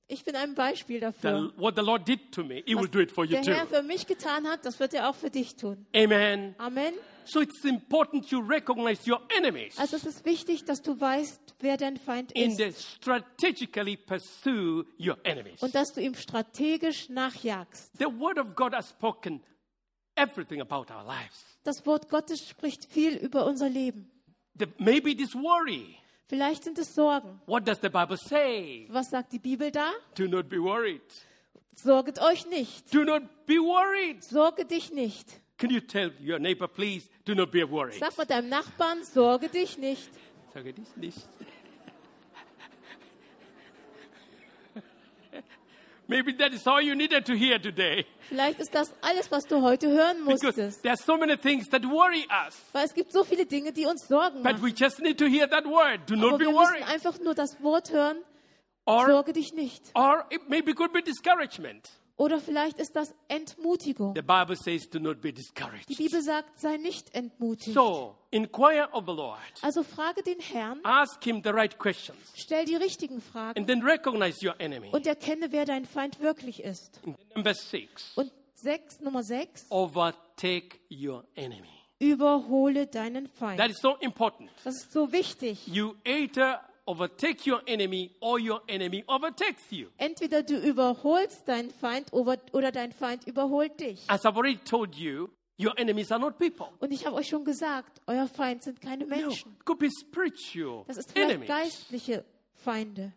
[SPEAKER 2] Ich bin ein Beispiel
[SPEAKER 1] The,
[SPEAKER 2] dafür.
[SPEAKER 1] what the Lord did to me, He will
[SPEAKER 2] Was
[SPEAKER 1] do it for you
[SPEAKER 2] der
[SPEAKER 1] too.
[SPEAKER 2] Herr für mich getan hat, das wird er auch für dich tun.
[SPEAKER 1] Amen.
[SPEAKER 2] Amen.
[SPEAKER 1] So it's important you recognize your enemies
[SPEAKER 2] Also es ist wichtig, dass du weißt, wer dein Feind
[SPEAKER 1] and
[SPEAKER 2] ist
[SPEAKER 1] uh, strategically pursue your enemies.
[SPEAKER 2] und dass du ihm strategisch nachjagst.
[SPEAKER 1] The Word of God has spoken everything about our lives.
[SPEAKER 2] Das Wort Gottes spricht viel über unser Leben.
[SPEAKER 1] The, maybe this worry.
[SPEAKER 2] Vielleicht sind es Sorgen.
[SPEAKER 1] What does the Bible say?
[SPEAKER 2] Was sagt die Bibel da?
[SPEAKER 1] Do not be worried.
[SPEAKER 2] Sorget euch nicht.
[SPEAKER 1] Do not be worried.
[SPEAKER 2] Sorge dich nicht.
[SPEAKER 1] Can you tell your neighbor, please, do not be worried?
[SPEAKER 2] Sag mal deinem Nachbarn, sorge dich nicht.
[SPEAKER 1] Sage dies nicht. <laughs> Maybe that is all you needed to hear today.
[SPEAKER 2] Vielleicht ist das alles, was du heute hören
[SPEAKER 1] Because
[SPEAKER 2] musstest.
[SPEAKER 1] there are so many things that worry us.
[SPEAKER 2] Weil es gibt so viele Dinge, die uns Sorgen
[SPEAKER 1] But
[SPEAKER 2] machen.
[SPEAKER 1] we just need to hear that word. Do not
[SPEAKER 2] Aber
[SPEAKER 1] be
[SPEAKER 2] wir müssen
[SPEAKER 1] worried.
[SPEAKER 2] einfach nur das Wort hören,
[SPEAKER 1] Or,
[SPEAKER 2] sorge dich nicht.
[SPEAKER 1] or it maybe could be discouragement.
[SPEAKER 2] Oder vielleicht ist das Entmutigung.
[SPEAKER 1] The Bible says to not be
[SPEAKER 2] Die
[SPEAKER 1] discouraged.
[SPEAKER 2] Bibel sagt, sei nicht entmutigt.
[SPEAKER 1] So, inquire of the Lord.
[SPEAKER 2] Also frage den Herrn,
[SPEAKER 1] Ask him the right questions.
[SPEAKER 2] stell die richtigen Fragen
[SPEAKER 1] And then recognize your enemy.
[SPEAKER 2] und erkenne, wer dein Feind wirklich ist.
[SPEAKER 1] And then Number six,
[SPEAKER 2] Und sechs, Nummer sechs,
[SPEAKER 1] overtake your enemy.
[SPEAKER 2] überhole deinen
[SPEAKER 1] That
[SPEAKER 2] Feind.
[SPEAKER 1] is so important.
[SPEAKER 2] Das ist so wichtig.
[SPEAKER 1] You either overtake your enemy or your enemy overtakes you.
[SPEAKER 2] Entweder du überholst deinen Feind oder oder dein Feind überholt dich.
[SPEAKER 1] As I've already told you, your enemies are not people.
[SPEAKER 2] Und ich habe euch schon gesagt, euer Feind sind keine
[SPEAKER 1] No,
[SPEAKER 2] Menschen.
[SPEAKER 1] it could be spiritual
[SPEAKER 2] Das ist vielleicht
[SPEAKER 1] enemies.
[SPEAKER 2] geistliche Feinde.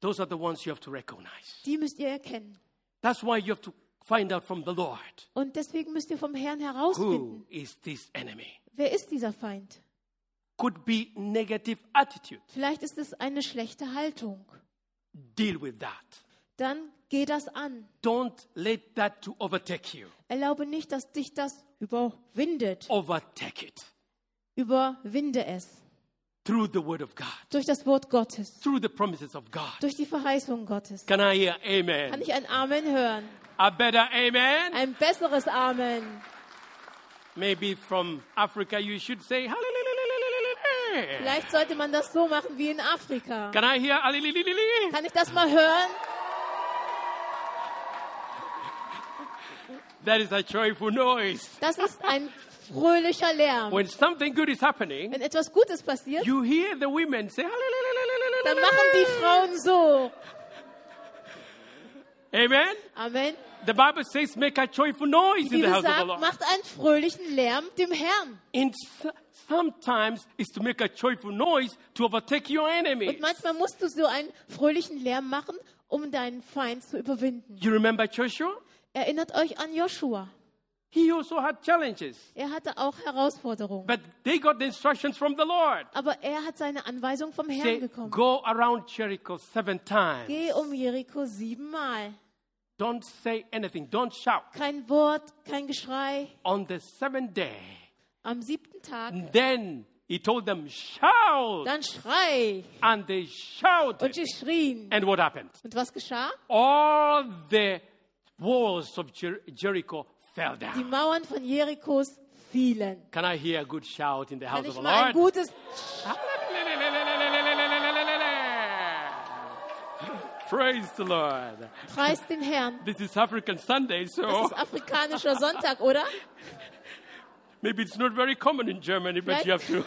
[SPEAKER 1] Those are the ones you have to recognize.
[SPEAKER 2] Die müsst ihr erkennen.
[SPEAKER 1] That's why you have to find out from the Lord
[SPEAKER 2] Und deswegen müsst ihr vom Herrn
[SPEAKER 1] who
[SPEAKER 2] herausfinden,
[SPEAKER 1] is this enemy.
[SPEAKER 2] wer ist dieser Feind?
[SPEAKER 1] Could be negative attitude.
[SPEAKER 2] Vielleicht ist es eine schlechte Haltung.
[SPEAKER 1] Deal with that.
[SPEAKER 2] Dann geh das an.
[SPEAKER 1] Don't let that to overtake you.
[SPEAKER 2] Erlaube nicht, dass dich das überwindet.
[SPEAKER 1] Overtake it
[SPEAKER 2] Überwinde es.
[SPEAKER 1] through the word of God,
[SPEAKER 2] Durch das Wort Gottes.
[SPEAKER 1] through the promises of God.
[SPEAKER 2] Durch die Verheißung Gottes.
[SPEAKER 1] Can I hear
[SPEAKER 2] Kann
[SPEAKER 1] amen?
[SPEAKER 2] ich ein Amen hören?
[SPEAKER 1] A better amen?
[SPEAKER 2] Ein besseres Amen.
[SPEAKER 1] Maybe from Africa you should say hallelujah.
[SPEAKER 2] Vielleicht sollte man das so machen wie in Afrika.
[SPEAKER 1] Can I hear hallelujah?
[SPEAKER 2] Kann ich das mal hören?
[SPEAKER 1] That is a joyful noise.
[SPEAKER 2] Das ist ein fröhlicher Lärm.
[SPEAKER 1] When something good is happening,
[SPEAKER 2] Wenn etwas Gutes passiert,
[SPEAKER 1] you hear the women say
[SPEAKER 2] dann machen die
[SPEAKER 1] hallelujah.
[SPEAKER 2] Frauen so.
[SPEAKER 1] Amen.
[SPEAKER 2] Amen.
[SPEAKER 1] The Bible says make a joyful noise
[SPEAKER 2] Die
[SPEAKER 1] in the
[SPEAKER 2] Bibel
[SPEAKER 1] house of the
[SPEAKER 2] sagt,
[SPEAKER 1] Lord.
[SPEAKER 2] macht einen fröhlichen Lärm dem Herrn.
[SPEAKER 1] And s- sometimes it's to make a joyful noise to overtake your enemy.
[SPEAKER 2] Und manchmal musst du so einen fröhlichen Lärm machen, um deinen Feind zu überwinden.
[SPEAKER 1] You remember Joshua?
[SPEAKER 2] Erinnert euch an Joshua.
[SPEAKER 1] He also had challenges,
[SPEAKER 2] Er hatte auch Herausforderungen.
[SPEAKER 1] but they got the instructions from the Lord.
[SPEAKER 2] Aber er hat seine Anweisung vom Herrn
[SPEAKER 1] Say,
[SPEAKER 2] bekommen.
[SPEAKER 1] go around Jericho seven times.
[SPEAKER 2] Geh um Jericho siebenmal.
[SPEAKER 1] Don't say anything. Don't shout.
[SPEAKER 2] Kein Wort, kein Geschrei.
[SPEAKER 1] On the seventh day,
[SPEAKER 2] Am siebten Tag,
[SPEAKER 1] then he told them, shout.
[SPEAKER 2] dann schrei.
[SPEAKER 1] And they
[SPEAKER 2] Und
[SPEAKER 1] shouted.
[SPEAKER 2] sie schrien.
[SPEAKER 1] And what happened?
[SPEAKER 2] Und was geschah?
[SPEAKER 1] All the walls of Jer- Jericho fell
[SPEAKER 2] Die
[SPEAKER 1] down.
[SPEAKER 2] Mauern von Jerichos fielen.
[SPEAKER 1] Can I hear a good shout in the
[SPEAKER 2] Kann
[SPEAKER 1] house of
[SPEAKER 2] ich
[SPEAKER 1] the
[SPEAKER 2] mal ein
[SPEAKER 1] Lord? Ah.
[SPEAKER 2] gutes
[SPEAKER 1] <laughs> Praise the Lord.
[SPEAKER 2] Preis den Herrn.
[SPEAKER 1] This is African Sunday,
[SPEAKER 2] Das
[SPEAKER 1] so
[SPEAKER 2] ist afrikanischer Sonntag, oder?
[SPEAKER 1] maybe it's not very common in Germany, but you have to.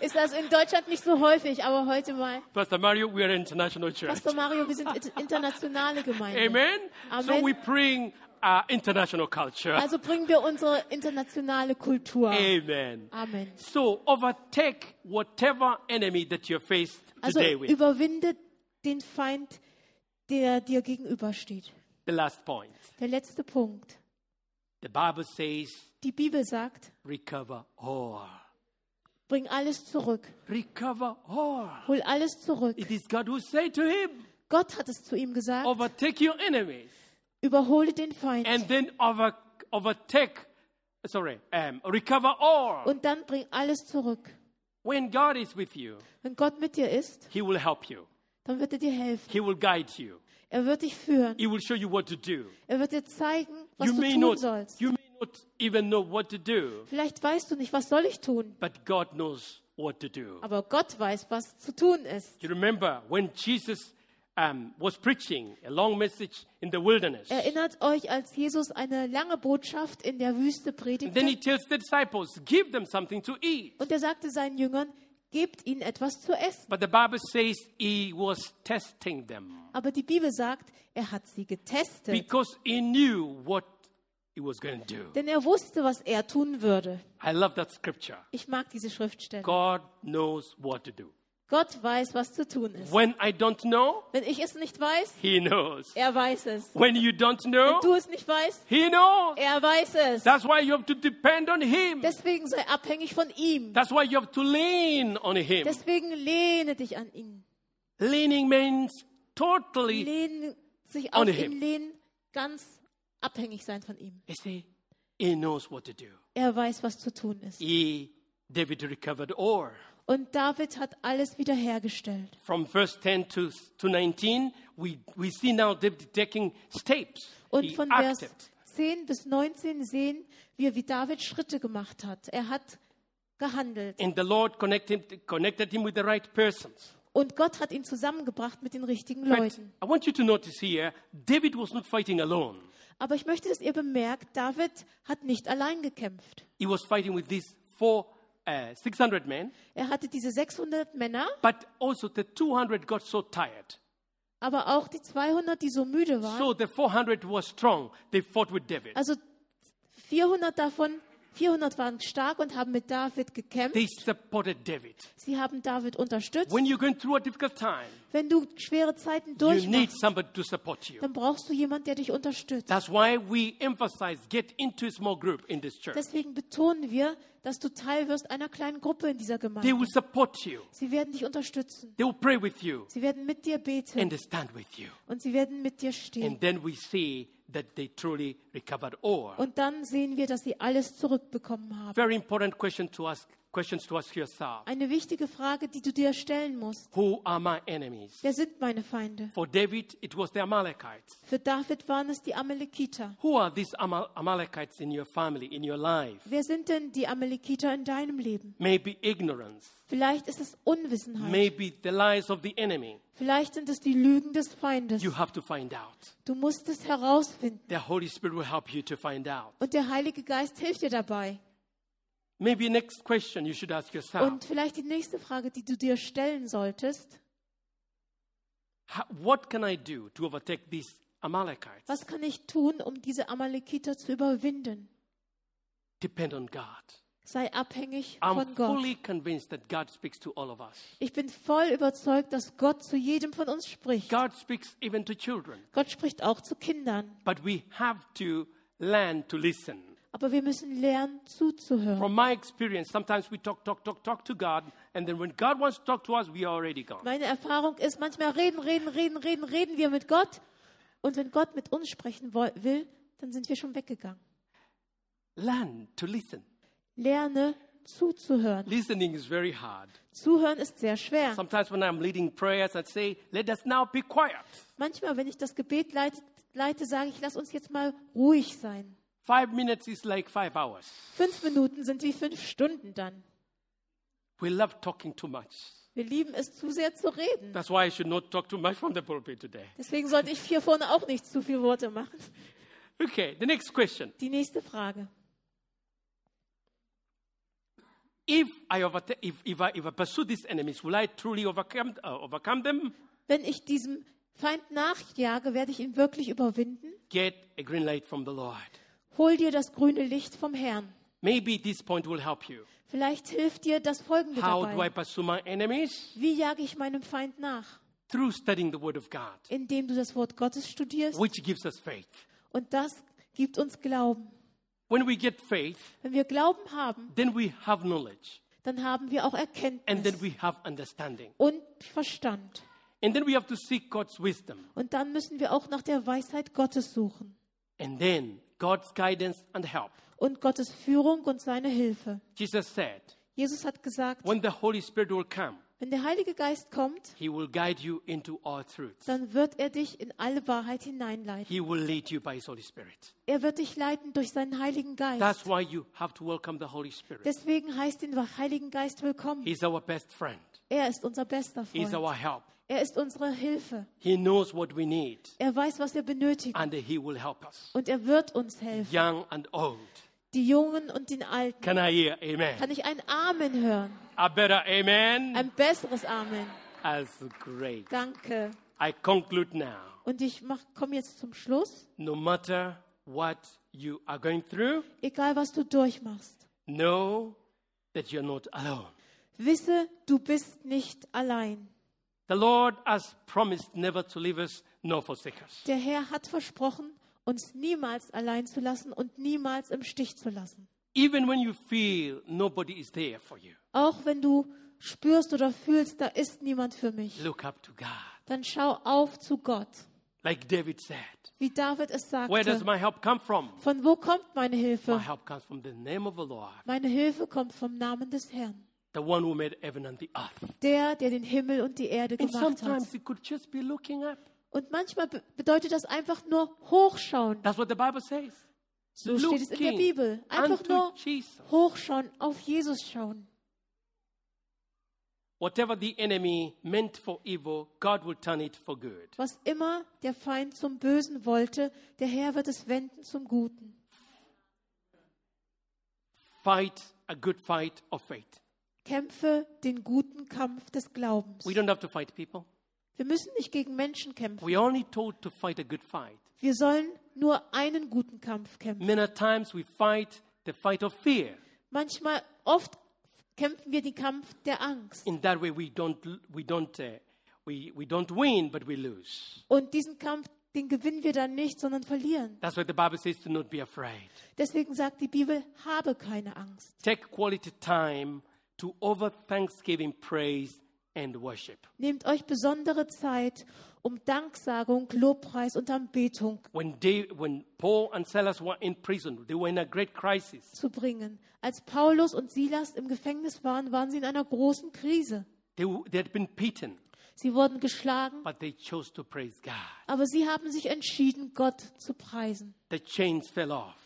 [SPEAKER 2] Ist das in Deutschland nicht so häufig, aber heute mal.
[SPEAKER 1] Pastor Mario, we are an international church.
[SPEAKER 2] Pastor Mario, wir sind it- internationale Gemeinde.
[SPEAKER 1] Amen. So
[SPEAKER 2] Amen.
[SPEAKER 1] we bring uh, international culture.
[SPEAKER 2] Also bringen wir unsere internationale
[SPEAKER 1] <laughs>
[SPEAKER 2] Kultur.
[SPEAKER 1] Amen.
[SPEAKER 2] Amen.
[SPEAKER 1] So overtake whatever enemy that you're faced
[SPEAKER 2] Also
[SPEAKER 1] today with.
[SPEAKER 2] überwinde den Feind, der dir gegenübersteht.
[SPEAKER 1] The last point.
[SPEAKER 2] Der letzte Punkt.
[SPEAKER 1] The Bible says,
[SPEAKER 2] Die Bibel sagt,
[SPEAKER 1] recover all.
[SPEAKER 2] bring alles zurück.
[SPEAKER 1] Recover all.
[SPEAKER 2] Hol alles zurück.
[SPEAKER 1] It is God who said to him,
[SPEAKER 2] Gott hat es zu ihm gesagt.
[SPEAKER 1] overtake your enemies
[SPEAKER 2] Überhole den Feind.
[SPEAKER 1] and then over, overtake, sorry, um, recover all.
[SPEAKER 2] und dann bring alles zurück.
[SPEAKER 1] When God is with you,
[SPEAKER 2] Wenn Gott mit dir ist,
[SPEAKER 1] he will help you.
[SPEAKER 2] dann wird er dir helfen.
[SPEAKER 1] He will guide you.
[SPEAKER 2] Er wird dich führen.
[SPEAKER 1] He will show you what to do.
[SPEAKER 2] Er wird dir zeigen, was
[SPEAKER 1] you
[SPEAKER 2] du
[SPEAKER 1] may
[SPEAKER 2] tun
[SPEAKER 1] not,
[SPEAKER 2] sollst.
[SPEAKER 1] you may not even know what to do,
[SPEAKER 2] Vielleicht weißt du nicht, was soll ich tun,
[SPEAKER 1] but God knows what to do.
[SPEAKER 2] aber Gott weiß, was zu tun ist.
[SPEAKER 1] You remember when Jesus um, was preaching a long message in the wilderness.
[SPEAKER 2] Erinnert euch, als Jesus eine lange Botschaft in der Wüste
[SPEAKER 1] And then he
[SPEAKER 2] predigte
[SPEAKER 1] tells the disciples, give them something to eat.
[SPEAKER 2] und er sagte seinen Jüngern, gebt ihnen etwas zu essen.
[SPEAKER 1] But the Bible says he was testing them
[SPEAKER 2] Aber die Bibel sagt, er hat sie getestet,
[SPEAKER 1] because he knew what he was going to do.
[SPEAKER 2] denn er wusste, was er tun würde.
[SPEAKER 1] I love that scripture.
[SPEAKER 2] Ich mag diese Schriftstelle.
[SPEAKER 1] God knows what to do.
[SPEAKER 2] Gott weiß, was zu tun ist.
[SPEAKER 1] When I don't know,
[SPEAKER 2] Wenn ich es nicht weiß,
[SPEAKER 1] he knows.
[SPEAKER 2] er weiß es.
[SPEAKER 1] When you don't
[SPEAKER 2] Wenn
[SPEAKER 1] know,
[SPEAKER 2] du es nicht weißt,
[SPEAKER 1] he knows.
[SPEAKER 2] er weiß es.
[SPEAKER 1] That's why you have to depend on Him.
[SPEAKER 2] Deswegen sei abhängig von ihm.
[SPEAKER 1] That's why you have to lean on Him.
[SPEAKER 2] Deswegen lehne dich an ihn.
[SPEAKER 1] Leaning means totally
[SPEAKER 2] Lehne sich auf
[SPEAKER 1] Ohne him.
[SPEAKER 2] ihn lehnen ganz abhängig sein von ihm.
[SPEAKER 1] You see, he knows what to do.
[SPEAKER 2] Er weiß, was zu tun ist.
[SPEAKER 1] He, David recovered all.
[SPEAKER 2] Und David hat alles wiederhergestellt.
[SPEAKER 1] From verse 10 to, to 19, we, we see now David taking steps.
[SPEAKER 2] Und
[SPEAKER 1] he
[SPEAKER 2] von Vers
[SPEAKER 1] acted.
[SPEAKER 2] 10 bis 19 sehen wir, wie David Schritte gemacht hat. Er hat gehandelt.
[SPEAKER 1] And the Lord connected, connected him with the right persons.
[SPEAKER 2] Und Gott hat ihn zusammengebracht mit den richtigen
[SPEAKER 1] But
[SPEAKER 2] Leuten.
[SPEAKER 1] I want you to notice here, David was not fighting alone.
[SPEAKER 2] Aber ich möchte, dass ihr bemerkt, David hat nicht allein gekämpft.
[SPEAKER 1] He was fighting with these four, uh, 600 men,
[SPEAKER 2] Er hatte diese 600 Männer,
[SPEAKER 1] but also the 200 got so tired.
[SPEAKER 2] aber auch die 200, die so müde waren.
[SPEAKER 1] So the 400 were strong. They fought with David.
[SPEAKER 2] Also 400 davon, 400 waren stark und haben mit David gekämpft.
[SPEAKER 1] They supported David.
[SPEAKER 2] Sie haben David unterstützt.
[SPEAKER 1] When you're going through a difficult time,
[SPEAKER 2] Wenn du schwere Zeiten
[SPEAKER 1] you need
[SPEAKER 2] durchmachst,
[SPEAKER 1] somebody to support you.
[SPEAKER 2] dann brauchst du jemanden, der dich unterstützt.
[SPEAKER 1] That's why we emphasize get into a small group in this church.
[SPEAKER 2] Deswegen betonen wir, dass du Teil wirst einer kleinen Gruppe in dieser
[SPEAKER 1] They
[SPEAKER 2] Gemeinde.
[SPEAKER 1] will support you.
[SPEAKER 2] Sie werden dich unterstützen.
[SPEAKER 1] They will pray with you
[SPEAKER 2] Sie werden mit dir
[SPEAKER 1] and
[SPEAKER 2] beten
[SPEAKER 1] they stand with you.
[SPEAKER 2] und sie werden mit dir
[SPEAKER 1] And
[SPEAKER 2] stehen.
[SPEAKER 1] then we see that they truly recovered all.
[SPEAKER 2] Und dann sehen wir, dass sie alles zurückbekommen haben.
[SPEAKER 1] Very important question to ask questions to ask yourself.
[SPEAKER 2] Eine wichtige Frage, die du dir stellen musst.
[SPEAKER 1] Who are my enemies?
[SPEAKER 2] Wer sind meine Feinde?
[SPEAKER 1] For David, it was the Amalekites.
[SPEAKER 2] Für David waren es die Amalekiter.
[SPEAKER 1] Who are these Amal- Amalekites in your family, in your life?
[SPEAKER 2] Wer sind denn die Amalekiter in deinem Leben?
[SPEAKER 1] Maybe ignorance,
[SPEAKER 2] Vielleicht ist es Unwissenheit.
[SPEAKER 1] maybe the lies of the enemy.
[SPEAKER 2] Vielleicht sind es die Lügen des Feindes.
[SPEAKER 1] You have to find out.
[SPEAKER 2] Du musst es herausfinden.
[SPEAKER 1] The Holy Spirit will help you to find out.
[SPEAKER 2] Und der Heilige Geist hilft dir dabei.
[SPEAKER 1] Maybe next question you should ask yourself.
[SPEAKER 2] Und vielleicht die nächste Frage, die du dir stellen solltest.
[SPEAKER 1] "Ho- What can I do to overtake these Amalekites?
[SPEAKER 2] Was kann ich tun, um diese Amalekiter zu überwinden?
[SPEAKER 1] Depend on God.
[SPEAKER 2] Sei abhängig
[SPEAKER 1] I'm
[SPEAKER 2] von Gott.
[SPEAKER 1] fully convinced that God speaks to all of us.
[SPEAKER 2] Ich bin voll überzeugt, dass Gott zu jedem von uns spricht.
[SPEAKER 1] God speaks even to children.
[SPEAKER 2] Gott spricht auch zu Kindern.
[SPEAKER 1] But we have to learn to listen.
[SPEAKER 2] Aber wir müssen lernen, zuzuhören.
[SPEAKER 1] From my experience, sometimes we talk, talk, talk, talk to God, and then when God wants to talk to us, we are already gone.
[SPEAKER 2] Meine Erfahrung ist, manchmal reden, reden, reden, reden, reden wir mit Gott. Und wenn Gott mit uns sprechen woll- will, dann sind wir schon weggegangen.
[SPEAKER 1] Learn to listen.
[SPEAKER 2] Lerne, zuzuhören.
[SPEAKER 1] Listening is very hard.
[SPEAKER 2] Zuhören ist sehr schwer.
[SPEAKER 1] Sometimes when I'm leading prayers, I say, let us now be quiet.
[SPEAKER 2] Manchmal, wenn ich das Gebet leite, leite sage ich, lass uns jetzt mal ruhig sein.
[SPEAKER 1] Five minutes is like five hours.
[SPEAKER 2] Fünf Minuten sind wie fünf Stunden dann.
[SPEAKER 1] We love talking too much.
[SPEAKER 2] Wir lieben es zu sehr zu reden.
[SPEAKER 1] That's why I should not talk too much from the pulpit today.
[SPEAKER 2] Deswegen sollte ich hier vorne auch nicht zu viel Worte machen.
[SPEAKER 1] Okay, the next question.
[SPEAKER 2] Die nächste Frage.
[SPEAKER 1] If I, overta- if, if I, if I pursue these enemies, will I truly overcome, uh, overcome them?
[SPEAKER 2] Wenn ich diesem Feind nachjage, werde ich ihn wirklich überwinden?
[SPEAKER 1] Get a green light from the Lord.
[SPEAKER 2] Hol dir das grüne Licht vom Herrn.
[SPEAKER 1] Maybe this point will help you.
[SPEAKER 2] Vielleicht hilft dir das Folgende
[SPEAKER 1] How do I
[SPEAKER 2] dabei.
[SPEAKER 1] pursue my enemies?
[SPEAKER 2] Wie jage ich meinem Feind nach?
[SPEAKER 1] Through studying the Word of God,
[SPEAKER 2] Indem du das Wort Gottes studierst
[SPEAKER 1] which gives us faith.
[SPEAKER 2] und das gibt uns Glauben.
[SPEAKER 1] When we get faith,
[SPEAKER 2] Wenn wir Glauben haben,
[SPEAKER 1] then we have knowledge,
[SPEAKER 2] dann haben wir auch
[SPEAKER 1] and
[SPEAKER 2] Erkenntnis.
[SPEAKER 1] then we have understanding.
[SPEAKER 2] und Verstand.
[SPEAKER 1] And then we have to seek God's wisdom,
[SPEAKER 2] Und dann müssen wir auch nach der Weisheit Gottes suchen
[SPEAKER 1] and then God's guidance and help.
[SPEAKER 2] und Gottes Führung und seine Hilfe.
[SPEAKER 1] Jesus said,
[SPEAKER 2] Jesus hat gesagt,
[SPEAKER 1] When the Holy Spirit will come,
[SPEAKER 2] wenn der Heilige Geist kommt,
[SPEAKER 1] He will guide you into all truths.
[SPEAKER 2] dann wird er dich in alle Wahrheit hineinleiten.
[SPEAKER 1] He will lead you by His Holy Spirit.
[SPEAKER 2] Er wird dich leiten durch seinen Heiligen
[SPEAKER 1] That's
[SPEAKER 2] Geist.
[SPEAKER 1] why you have to welcome the Holy Spirit.
[SPEAKER 2] Deswegen heißt den Heiligen Geist willkommen.
[SPEAKER 1] He's our best friend,
[SPEAKER 2] Er ist unser bester
[SPEAKER 1] He's
[SPEAKER 2] Freund.
[SPEAKER 1] our help.
[SPEAKER 2] Er ist unsere Hilfe.
[SPEAKER 1] He knows what we need,
[SPEAKER 2] Er weiß, was wir benötigen.
[SPEAKER 1] and He will help us,
[SPEAKER 2] Und er wird uns helfen.
[SPEAKER 1] young and old.
[SPEAKER 2] Die Jungen und den Alten.
[SPEAKER 1] Can I hear amen?
[SPEAKER 2] Kann ich ein Amen hören?
[SPEAKER 1] A better amen?
[SPEAKER 2] Ein besseres Amen.
[SPEAKER 1] That's great.
[SPEAKER 2] Danke.
[SPEAKER 1] I conclude now.
[SPEAKER 2] Und ich komme jetzt zum Schluss.
[SPEAKER 1] No matter what you are going through,
[SPEAKER 2] Egal was du durchmachst,
[SPEAKER 1] know that you're not alone.
[SPEAKER 2] wisse, du bist nicht allein.
[SPEAKER 1] The Lord has promised never to leave us nor forsake us.
[SPEAKER 2] Der Herr hat versprochen, uns niemals allein zu lassen und niemals im Stich zu lassen.
[SPEAKER 1] Even when you feel nobody is there for you,
[SPEAKER 2] Auch wenn du spürst oder fühlst, da ist niemand für mich,
[SPEAKER 1] look up to God.
[SPEAKER 2] dann schau auf zu Gott.
[SPEAKER 1] like David said.
[SPEAKER 2] Wie David es
[SPEAKER 1] Where does
[SPEAKER 2] sagte,
[SPEAKER 1] my help come from?
[SPEAKER 2] von wo kommt meine
[SPEAKER 1] My
[SPEAKER 2] Hilfe?
[SPEAKER 1] help comes from the name of the Lord,
[SPEAKER 2] Meine Hilfe kommt vom Namen des Herrn,
[SPEAKER 1] the one who made heaven and the earth.
[SPEAKER 2] der, der den Himmel und die Erde
[SPEAKER 1] And
[SPEAKER 2] gemacht hat.
[SPEAKER 1] sometimes it could just be looking up.
[SPEAKER 2] Und manchmal be- bedeutet das einfach nur hochschauen.
[SPEAKER 1] That's what the Bible says.
[SPEAKER 2] So steht es in der
[SPEAKER 1] Looking
[SPEAKER 2] Bibel. Einfach
[SPEAKER 1] unto
[SPEAKER 2] nur
[SPEAKER 1] Jesus.
[SPEAKER 2] hochschauen, auf Jesus schauen.
[SPEAKER 1] Whatever the enemy meant for evil, God will turn it for good.
[SPEAKER 2] Was immer der Feind zum Bösen wollte, der Herr wird es wenden zum Guten.
[SPEAKER 1] Fight a good fight of faith.
[SPEAKER 2] Kämpfe den guten Kampf des Glaubens.
[SPEAKER 1] We don't have to fight people.
[SPEAKER 2] Wir müssen nicht gegen Menschen kämpfen.
[SPEAKER 1] We are only told to fight a good fight.
[SPEAKER 2] Wir sollen nur einen guten Kampf kämpfen.
[SPEAKER 1] Many times we fight the fight of fear.
[SPEAKER 2] Manchmal, oft kämpfen wir den Kampf der Angst.
[SPEAKER 1] In that way, we don't, we don't, uh, we, we don't win, but we lose.
[SPEAKER 2] Und diesen Kampf, den gewinnen wir dann nicht, sondern verlieren.
[SPEAKER 1] That's why the Bible says to not be afraid.
[SPEAKER 2] Deswegen sagt die Bibel, habe keine Angst.
[SPEAKER 1] Take quality time to offer thanksgiving, praise, and worship.
[SPEAKER 2] Nehmt euch besondere Zeit, um Danksagung, Lobpreis und Anbetung
[SPEAKER 1] When, they, when Paul and Silas were in prison, they were in a great crisis.
[SPEAKER 2] zu bringen. Als Paulus und Silas im Gefängnis waren, waren sie in einer großen Krise.
[SPEAKER 1] They, w- they had been beaten,
[SPEAKER 2] Sie wurden geschlagen,
[SPEAKER 1] but they chose to praise God.
[SPEAKER 2] aber sie haben sich entschieden, Gott zu preisen.
[SPEAKER 1] The chains fell off.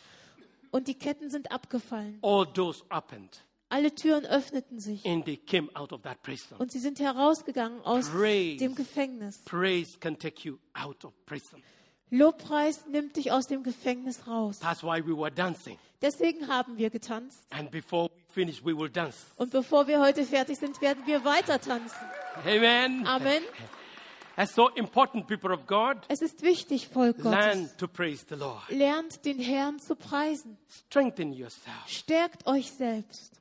[SPEAKER 2] Und die Ketten sind abgefallen.
[SPEAKER 1] All doors opened,
[SPEAKER 2] Alle Türen öffneten sich.
[SPEAKER 1] and they came out of that prison.
[SPEAKER 2] Und sie sind herausgegangen aus
[SPEAKER 1] Praise.
[SPEAKER 2] dem Gefängnis.
[SPEAKER 1] Praise can take you out of prison.
[SPEAKER 2] Lobpreis nimmt dich aus dem Gefängnis raus.
[SPEAKER 1] That's why we were dancing.
[SPEAKER 2] Deswegen haben wir getanzt.
[SPEAKER 1] And before we finish, we will dance.
[SPEAKER 2] Und bevor wir heute fertig sind, werden wir weiter tanzen.
[SPEAKER 1] Amen.
[SPEAKER 2] Amen.
[SPEAKER 1] That's so important, people of God.
[SPEAKER 2] Es ist wichtig, Volk
[SPEAKER 1] Learn
[SPEAKER 2] Gottes.
[SPEAKER 1] to praise the Lord.
[SPEAKER 2] Lernt den Herrn zu preisen.
[SPEAKER 1] Strengthen yourself.
[SPEAKER 2] Stärkt euch selbst.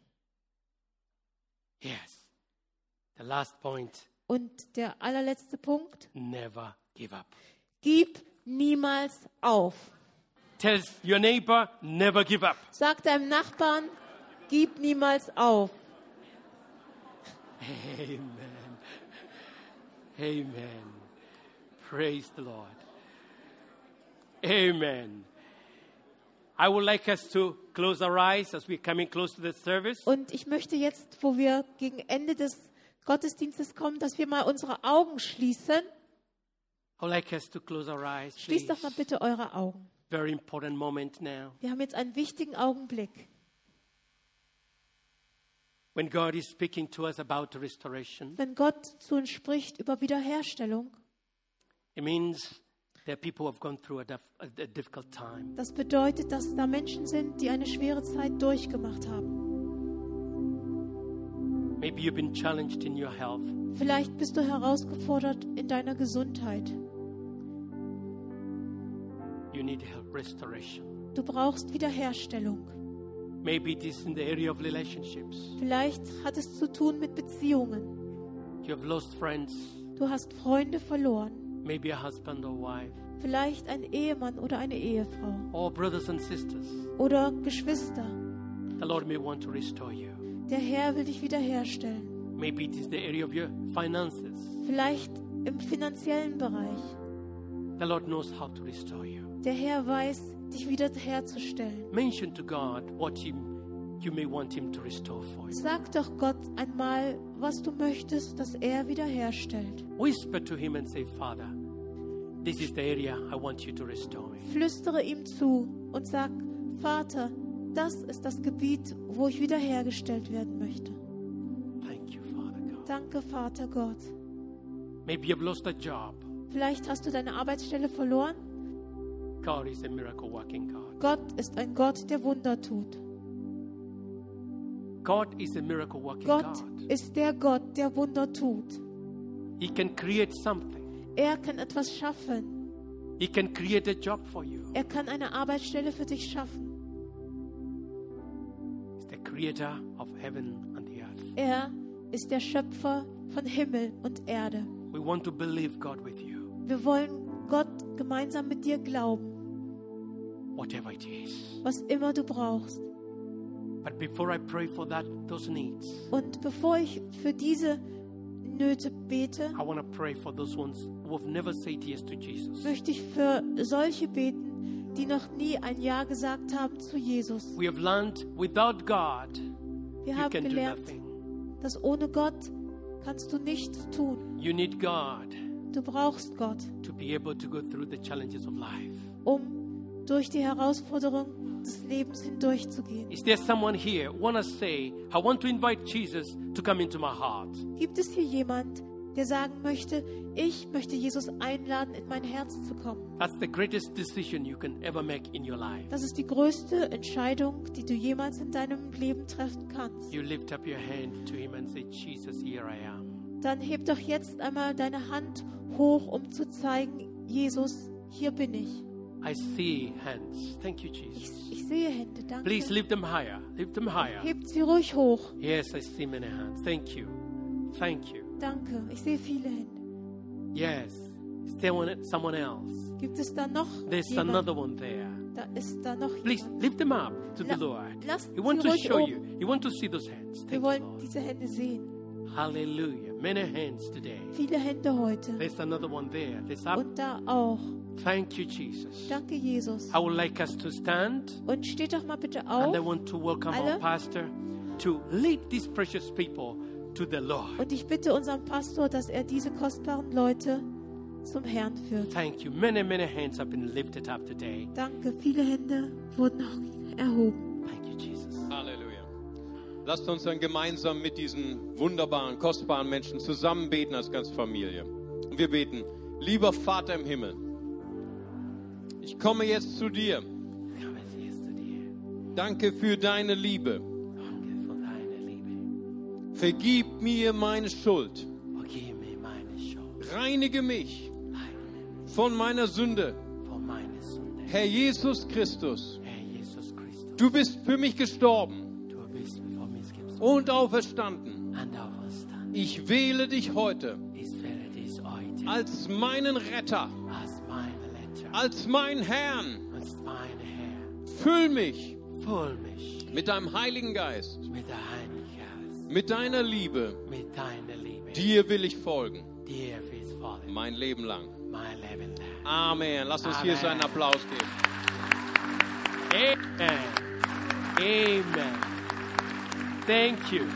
[SPEAKER 1] Yes. The last point
[SPEAKER 2] Und der allerletzte Punkt.
[SPEAKER 1] never give up.
[SPEAKER 2] Gib niemals auf.
[SPEAKER 1] Tell your neighbor, never give up.
[SPEAKER 2] Sag deinem Nachbarn, gib niemals auf.
[SPEAKER 1] Amen. Amen. Praise the Lord. Amen. I would like us to close our eyes as we're coming close to the service.
[SPEAKER 2] Und ich möchte jetzt, wo wir gegen Ende des Gottesdienstes kommen, dass wir mal unsere Augen schließen.
[SPEAKER 1] I would like us to close our eyes.
[SPEAKER 2] Schließt doch mal
[SPEAKER 1] please.
[SPEAKER 2] bitte eure Augen.
[SPEAKER 1] Very important moment now.
[SPEAKER 2] Wir haben jetzt einen wichtigen Augenblick,
[SPEAKER 1] When God is speaking to us about restoration,
[SPEAKER 2] wenn Gott zu uns spricht über Wiederherstellung.
[SPEAKER 1] it means that people who have gone through a, dif- a- a difficult time.
[SPEAKER 2] Das bedeutet, dass da Menschen sind, die eine schwere Zeit durchgemacht haben.
[SPEAKER 1] Maybe you've been challenged in your health.
[SPEAKER 2] Vielleicht bist du herausgefordert in deiner Gesundheit.
[SPEAKER 1] You need help, restoration.
[SPEAKER 2] Du brauchst Wiederherstellung.
[SPEAKER 1] Maybe it is in the area of relationships.
[SPEAKER 2] Vielleicht hat es zu tun mit Beziehungen.
[SPEAKER 1] You have lost friends,
[SPEAKER 2] Du hast Freunde verloren.
[SPEAKER 1] maybe a husband or wife,
[SPEAKER 2] Vielleicht ein Ehemann oder eine Ehefrau.
[SPEAKER 1] or brothers and sisters.
[SPEAKER 2] oder Geschwister.
[SPEAKER 1] The Lord may want to restore you.
[SPEAKER 2] Der Herr will dich wiederherstellen.
[SPEAKER 1] Maybe it is the area of your finances.
[SPEAKER 2] Vielleicht im finanziellen Bereich.
[SPEAKER 1] The Lord knows how to restore you.
[SPEAKER 2] Der Herr weiß, dich wiederherzustellen.
[SPEAKER 1] Mention to God what you, you may want Him to restore for you.
[SPEAKER 2] Sag doch Gott einmal, was du möchtest, dass er wiederherstellt.
[SPEAKER 1] Whisper to Him and say, Father, this is the area I want you to restore me.
[SPEAKER 2] Flüstere ihm zu und sag, Vater, das ist das Gebiet, wo ich wiederhergestellt werden möchte.
[SPEAKER 1] Thank you, Father God.
[SPEAKER 2] Danke, Vater Gott.
[SPEAKER 1] Maybe you've lost a job.
[SPEAKER 2] Vielleicht hast du deine Arbeitsstelle verloren.
[SPEAKER 1] God is a miracle working God.
[SPEAKER 2] Gott ist ein Gott, der Wunder tut.
[SPEAKER 1] God is a miracle working
[SPEAKER 2] Gott
[SPEAKER 1] God.
[SPEAKER 2] ist der Gott, der Wunder tut.
[SPEAKER 1] He can create something.
[SPEAKER 2] Er kann etwas schaffen.
[SPEAKER 1] He can create a job for you.
[SPEAKER 2] Er kann eine Arbeitsstelle für dich schaffen.
[SPEAKER 1] He's the creator of heaven and the earth.
[SPEAKER 2] Er ist der Schöpfer von Himmel und Erde.
[SPEAKER 1] We want to believe God with you,
[SPEAKER 2] Wir wollen Gott gemeinsam mit dir glauben,
[SPEAKER 1] whatever it is.
[SPEAKER 2] was immer du brauchst.
[SPEAKER 1] But before I pray for that, those needs,
[SPEAKER 2] Und bevor ich für diese Nöte bete,
[SPEAKER 1] I want to pray for those ones who have never said yes to Jesus.
[SPEAKER 2] möchte ich für solche beten, die noch nie ein Ja gesagt haben zu Jesus.
[SPEAKER 1] We have learned without God,
[SPEAKER 2] Wir
[SPEAKER 1] you
[SPEAKER 2] haben
[SPEAKER 1] can do
[SPEAKER 2] gelernt,
[SPEAKER 1] nothing.
[SPEAKER 2] dass ohne Gott kannst du nichts tun.
[SPEAKER 1] You need God
[SPEAKER 2] Du brauchst Gott,
[SPEAKER 1] to be able to go through the challenges of life.
[SPEAKER 2] um durch die Herausforderung des Lebens hindurchzugehen.
[SPEAKER 1] Is there someone here want to say, I want to invite Jesus to come into my heart?
[SPEAKER 2] Gibt es hier jemand, der sagen möchte, ich möchte Jesus einladen, in mein Herz zu kommen?
[SPEAKER 1] That's the greatest decision you can ever make in your life.
[SPEAKER 2] Das ist die größte Entscheidung, die du jemals in deinem Leben treffen kannst.
[SPEAKER 1] You lift up your hand to him and say, Jesus, here I am.
[SPEAKER 2] Dann heb doch jetzt einmal deine Hand hoch, um zu zeigen, Jesus, hier bin ich.
[SPEAKER 1] I see hands. Thank you,
[SPEAKER 2] Ich,
[SPEAKER 1] Jesus.
[SPEAKER 2] ich sehe Hände, danke.
[SPEAKER 1] Please lift them higher. Lift them higher.
[SPEAKER 2] Hebt sie ruhig hoch.
[SPEAKER 1] Yes, I see many hands. Thank you. Thank you.
[SPEAKER 2] Danke, ich sehe viele Hände.
[SPEAKER 1] Yes. Is there one, someone else?
[SPEAKER 2] Gibt es da noch
[SPEAKER 1] There's
[SPEAKER 2] jemanden?
[SPEAKER 1] another one there.
[SPEAKER 2] Da ist da noch
[SPEAKER 1] Please
[SPEAKER 2] jemand.
[SPEAKER 1] lift them up to the
[SPEAKER 2] La-
[SPEAKER 1] Lord.
[SPEAKER 2] lasst
[SPEAKER 1] You want
[SPEAKER 2] sie
[SPEAKER 1] to
[SPEAKER 2] ruhig
[SPEAKER 1] show
[SPEAKER 2] oben.
[SPEAKER 1] you. You want to see those hands.
[SPEAKER 2] Wir
[SPEAKER 1] Thank you,
[SPEAKER 2] wollen
[SPEAKER 1] Lord.
[SPEAKER 2] diese Hände sehen.
[SPEAKER 1] Hallelujah. Many hands today.
[SPEAKER 2] Viele Hände heute.
[SPEAKER 1] There's another one there. There's up.
[SPEAKER 2] Und da auch.
[SPEAKER 1] Thank you, Jesus.
[SPEAKER 2] Danke, Jesus.
[SPEAKER 1] I would like us to stand.
[SPEAKER 2] Und steht doch mal bitte
[SPEAKER 1] And Oh, I
[SPEAKER 2] auf.
[SPEAKER 1] want to welcome our
[SPEAKER 2] Alle?
[SPEAKER 1] pastor to lead these precious people to the Lord.
[SPEAKER 2] Und ich bitte unseren Pastor, dass er diese kostbaren Leute zum Herrn führt.
[SPEAKER 1] Thank you. Many, many hands have been lifted up today.
[SPEAKER 2] Danke. Viele Hände wurden erhoben.
[SPEAKER 1] Thank you, Jesus.
[SPEAKER 3] Halleluja. Lasst uns dann gemeinsam mit diesen wunderbaren, kostbaren Menschen zusammen beten als ganze Familie. Und wir beten, lieber Vater im Himmel, ich komme jetzt zu dir.
[SPEAKER 1] Come as yesterday.
[SPEAKER 3] Danke für deine Liebe.
[SPEAKER 1] Danke für deine Liebe.
[SPEAKER 3] Vergib mir meine Schuld.
[SPEAKER 1] Vergib mir meine Schuld.
[SPEAKER 3] Reinige mich
[SPEAKER 1] Heil mich
[SPEAKER 3] von meiner Sünde.
[SPEAKER 1] von meiner Sünde.
[SPEAKER 3] Herr Jesus Christus,
[SPEAKER 1] Herr Jesus Christus,
[SPEAKER 3] du bist für mich gestorben
[SPEAKER 1] du bist vor mir gestorben
[SPEAKER 3] und auferstanden.
[SPEAKER 1] und auferstanden.
[SPEAKER 3] Ich wähle dich heute
[SPEAKER 1] Ich werde dich heute
[SPEAKER 3] als meinen Retter,
[SPEAKER 1] als meine Letter,
[SPEAKER 3] als meinen Herrn.
[SPEAKER 1] als mein Herr.
[SPEAKER 3] Füll mich
[SPEAKER 1] Füll mich
[SPEAKER 3] mit deinem Heiligen Geist,
[SPEAKER 1] mit deinem Herz,
[SPEAKER 3] mit deiner Liebe.
[SPEAKER 1] mit deiner Liebe.
[SPEAKER 3] Dir will ich folgen,
[SPEAKER 1] Dir ist voll
[SPEAKER 3] mein Leben lang.
[SPEAKER 1] mein Leben lang.
[SPEAKER 3] Amen. Lass uns hier so einen Applaus geben.
[SPEAKER 1] Amen. Amen. Thank you.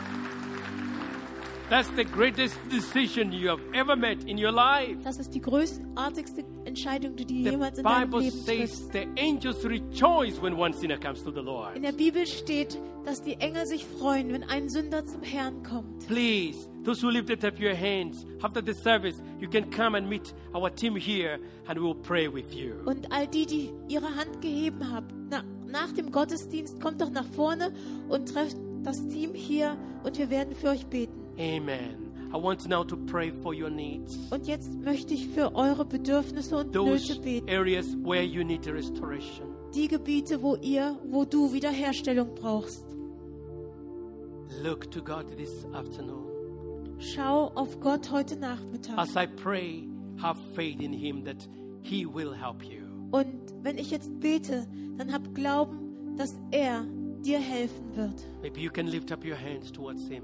[SPEAKER 1] That's the greatest decision you have ever made in your life.
[SPEAKER 2] Das ist die größtartigste Entscheidung, die du jemals
[SPEAKER 1] The
[SPEAKER 2] in deinem
[SPEAKER 1] Bible
[SPEAKER 2] Leben triffst.
[SPEAKER 1] says the angels rejoice when one sinner comes to the
[SPEAKER 2] In
[SPEAKER 1] Lord.
[SPEAKER 2] der Bibel steht, dass die Engel sich freuen, wenn ein Sünder zum Herrn kommt.
[SPEAKER 1] Please, those who lifted up your hands after the service, you can come and meet our team here and we will pray with you.
[SPEAKER 2] Und all die, die ihre Hand geheben haben, na, nach dem Gottesdienst kommt doch nach vorne und trefft das Team hier und wir werden für euch beten.
[SPEAKER 1] Amen. I want now to pray for your needs.
[SPEAKER 2] Und jetzt möchte ich für eure Bedürfnisse und
[SPEAKER 1] Those
[SPEAKER 2] Nöte beten.
[SPEAKER 1] areas where you need a restoration.
[SPEAKER 2] Die Gebiete, wo ihr, wo du Wiederherstellung brauchst.
[SPEAKER 1] Look to God this afternoon.
[SPEAKER 2] Schau auf Gott heute Nachmittag.
[SPEAKER 1] As I pray, have faith in Him that He will help you.
[SPEAKER 2] Und wenn ich jetzt bete, dann hab Glauben, dass er dir helfen wird.
[SPEAKER 1] Maybe you can lift up your hands towards Him.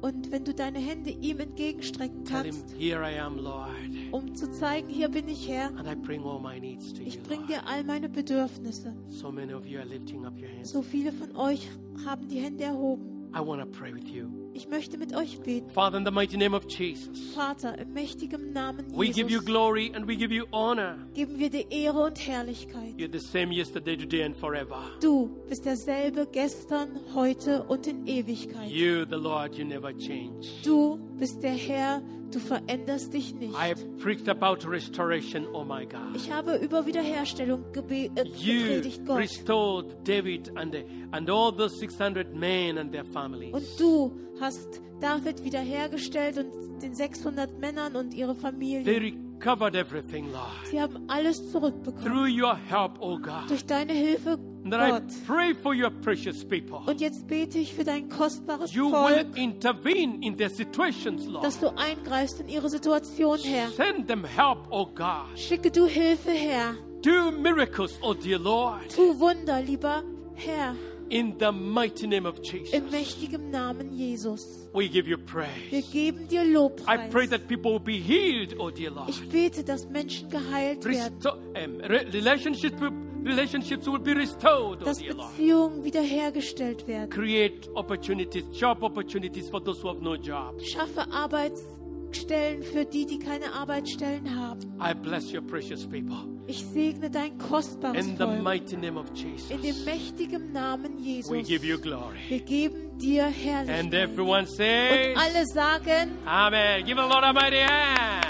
[SPEAKER 2] Und wenn du deine Hände ihm entgegenstrecken
[SPEAKER 1] Tell Him,
[SPEAKER 2] kannst,
[SPEAKER 1] Here I am, Lord,
[SPEAKER 2] um zu zeigen, hier bin ich Herr,
[SPEAKER 1] and I bring all my needs to
[SPEAKER 2] ich
[SPEAKER 1] you.
[SPEAKER 2] bring
[SPEAKER 1] Lord.
[SPEAKER 2] dir all meine Bedürfnisse.
[SPEAKER 1] So many of you are lifting up your hands.
[SPEAKER 2] So viele von euch haben die Hände erhoben.
[SPEAKER 1] I want to pray with you.
[SPEAKER 2] Ich möchte mit euch beten.
[SPEAKER 1] Father, in the mighty name of Jesus,
[SPEAKER 2] Vater, im mächtigen Namen
[SPEAKER 1] we give you
[SPEAKER 2] Jesus
[SPEAKER 1] glory and we give you honor.
[SPEAKER 2] geben wir dir Ehre und Herrlichkeit.
[SPEAKER 1] You're the same yesterday, today, and forever.
[SPEAKER 2] Du bist derselbe gestern, heute und in Ewigkeit.
[SPEAKER 1] You, the Lord, you never change.
[SPEAKER 2] Du bist der Herr, du veränderst dich nicht.
[SPEAKER 1] I have preached about restoration, oh my God.
[SPEAKER 2] Ich habe über Wiederherstellung gebe äh,
[SPEAKER 1] You
[SPEAKER 2] gepredigt, Gott.
[SPEAKER 1] restored David and, and all those 600 men and their families.
[SPEAKER 2] Und du hast David wiederhergestellt und den 600 Männern und ihre
[SPEAKER 1] They
[SPEAKER 2] Familie.
[SPEAKER 1] recovered everything, Lord,
[SPEAKER 2] Sie haben alles zurückbekommen.
[SPEAKER 1] through your help, oh God.
[SPEAKER 2] Durch deine Hilfe,
[SPEAKER 1] And that I
[SPEAKER 2] Gott.
[SPEAKER 1] pray for your precious people.
[SPEAKER 2] Und jetzt bete ich für dein kostbares
[SPEAKER 1] You will
[SPEAKER 2] Volk,
[SPEAKER 1] intervene in their situations, Lord.
[SPEAKER 2] dass du eingreifst in ihre Situation, Herr.
[SPEAKER 1] Send them help, oh God.
[SPEAKER 2] Schicke du Hilfe, Herr.
[SPEAKER 1] Do miracles, oh dear Lord.
[SPEAKER 2] Tu Wunder, lieber Herr.
[SPEAKER 1] In the mighty name of Jesus,
[SPEAKER 2] Im mächtigen Namen Jesus.
[SPEAKER 1] we give you
[SPEAKER 2] Wir
[SPEAKER 1] praise.
[SPEAKER 2] geben dir
[SPEAKER 1] I pray
[SPEAKER 2] Lobpreis.
[SPEAKER 1] that people will be healed, oh dear Lord.
[SPEAKER 2] Ich bete, dass Menschen geheilt werden,
[SPEAKER 1] Resto um, re relationships, will- relationships will be restored, oh
[SPEAKER 2] dass
[SPEAKER 1] dear Lord.
[SPEAKER 2] Beziehungen wiederhergestellt werden.
[SPEAKER 1] Create opportunities, job opportunities for those who have no job.
[SPEAKER 2] Schaffe Arbeitsstellen für die, die keine Arbeitsstellen haben.
[SPEAKER 1] I bless your precious people.
[SPEAKER 2] Ich segne dein kostbares
[SPEAKER 1] In the
[SPEAKER 2] Volk.
[SPEAKER 1] mighty name of
[SPEAKER 2] In dem
[SPEAKER 1] Jesus,
[SPEAKER 2] mächtigen Namen Jesus.
[SPEAKER 1] we give you glory.
[SPEAKER 2] Wir geben dir
[SPEAKER 1] And
[SPEAKER 2] Herrlichkeit.
[SPEAKER 1] everyone
[SPEAKER 2] Und
[SPEAKER 1] says,
[SPEAKER 2] alle sagen,
[SPEAKER 1] Amen. Give the Lord a mighty hand.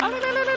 [SPEAKER 1] Hallelujah.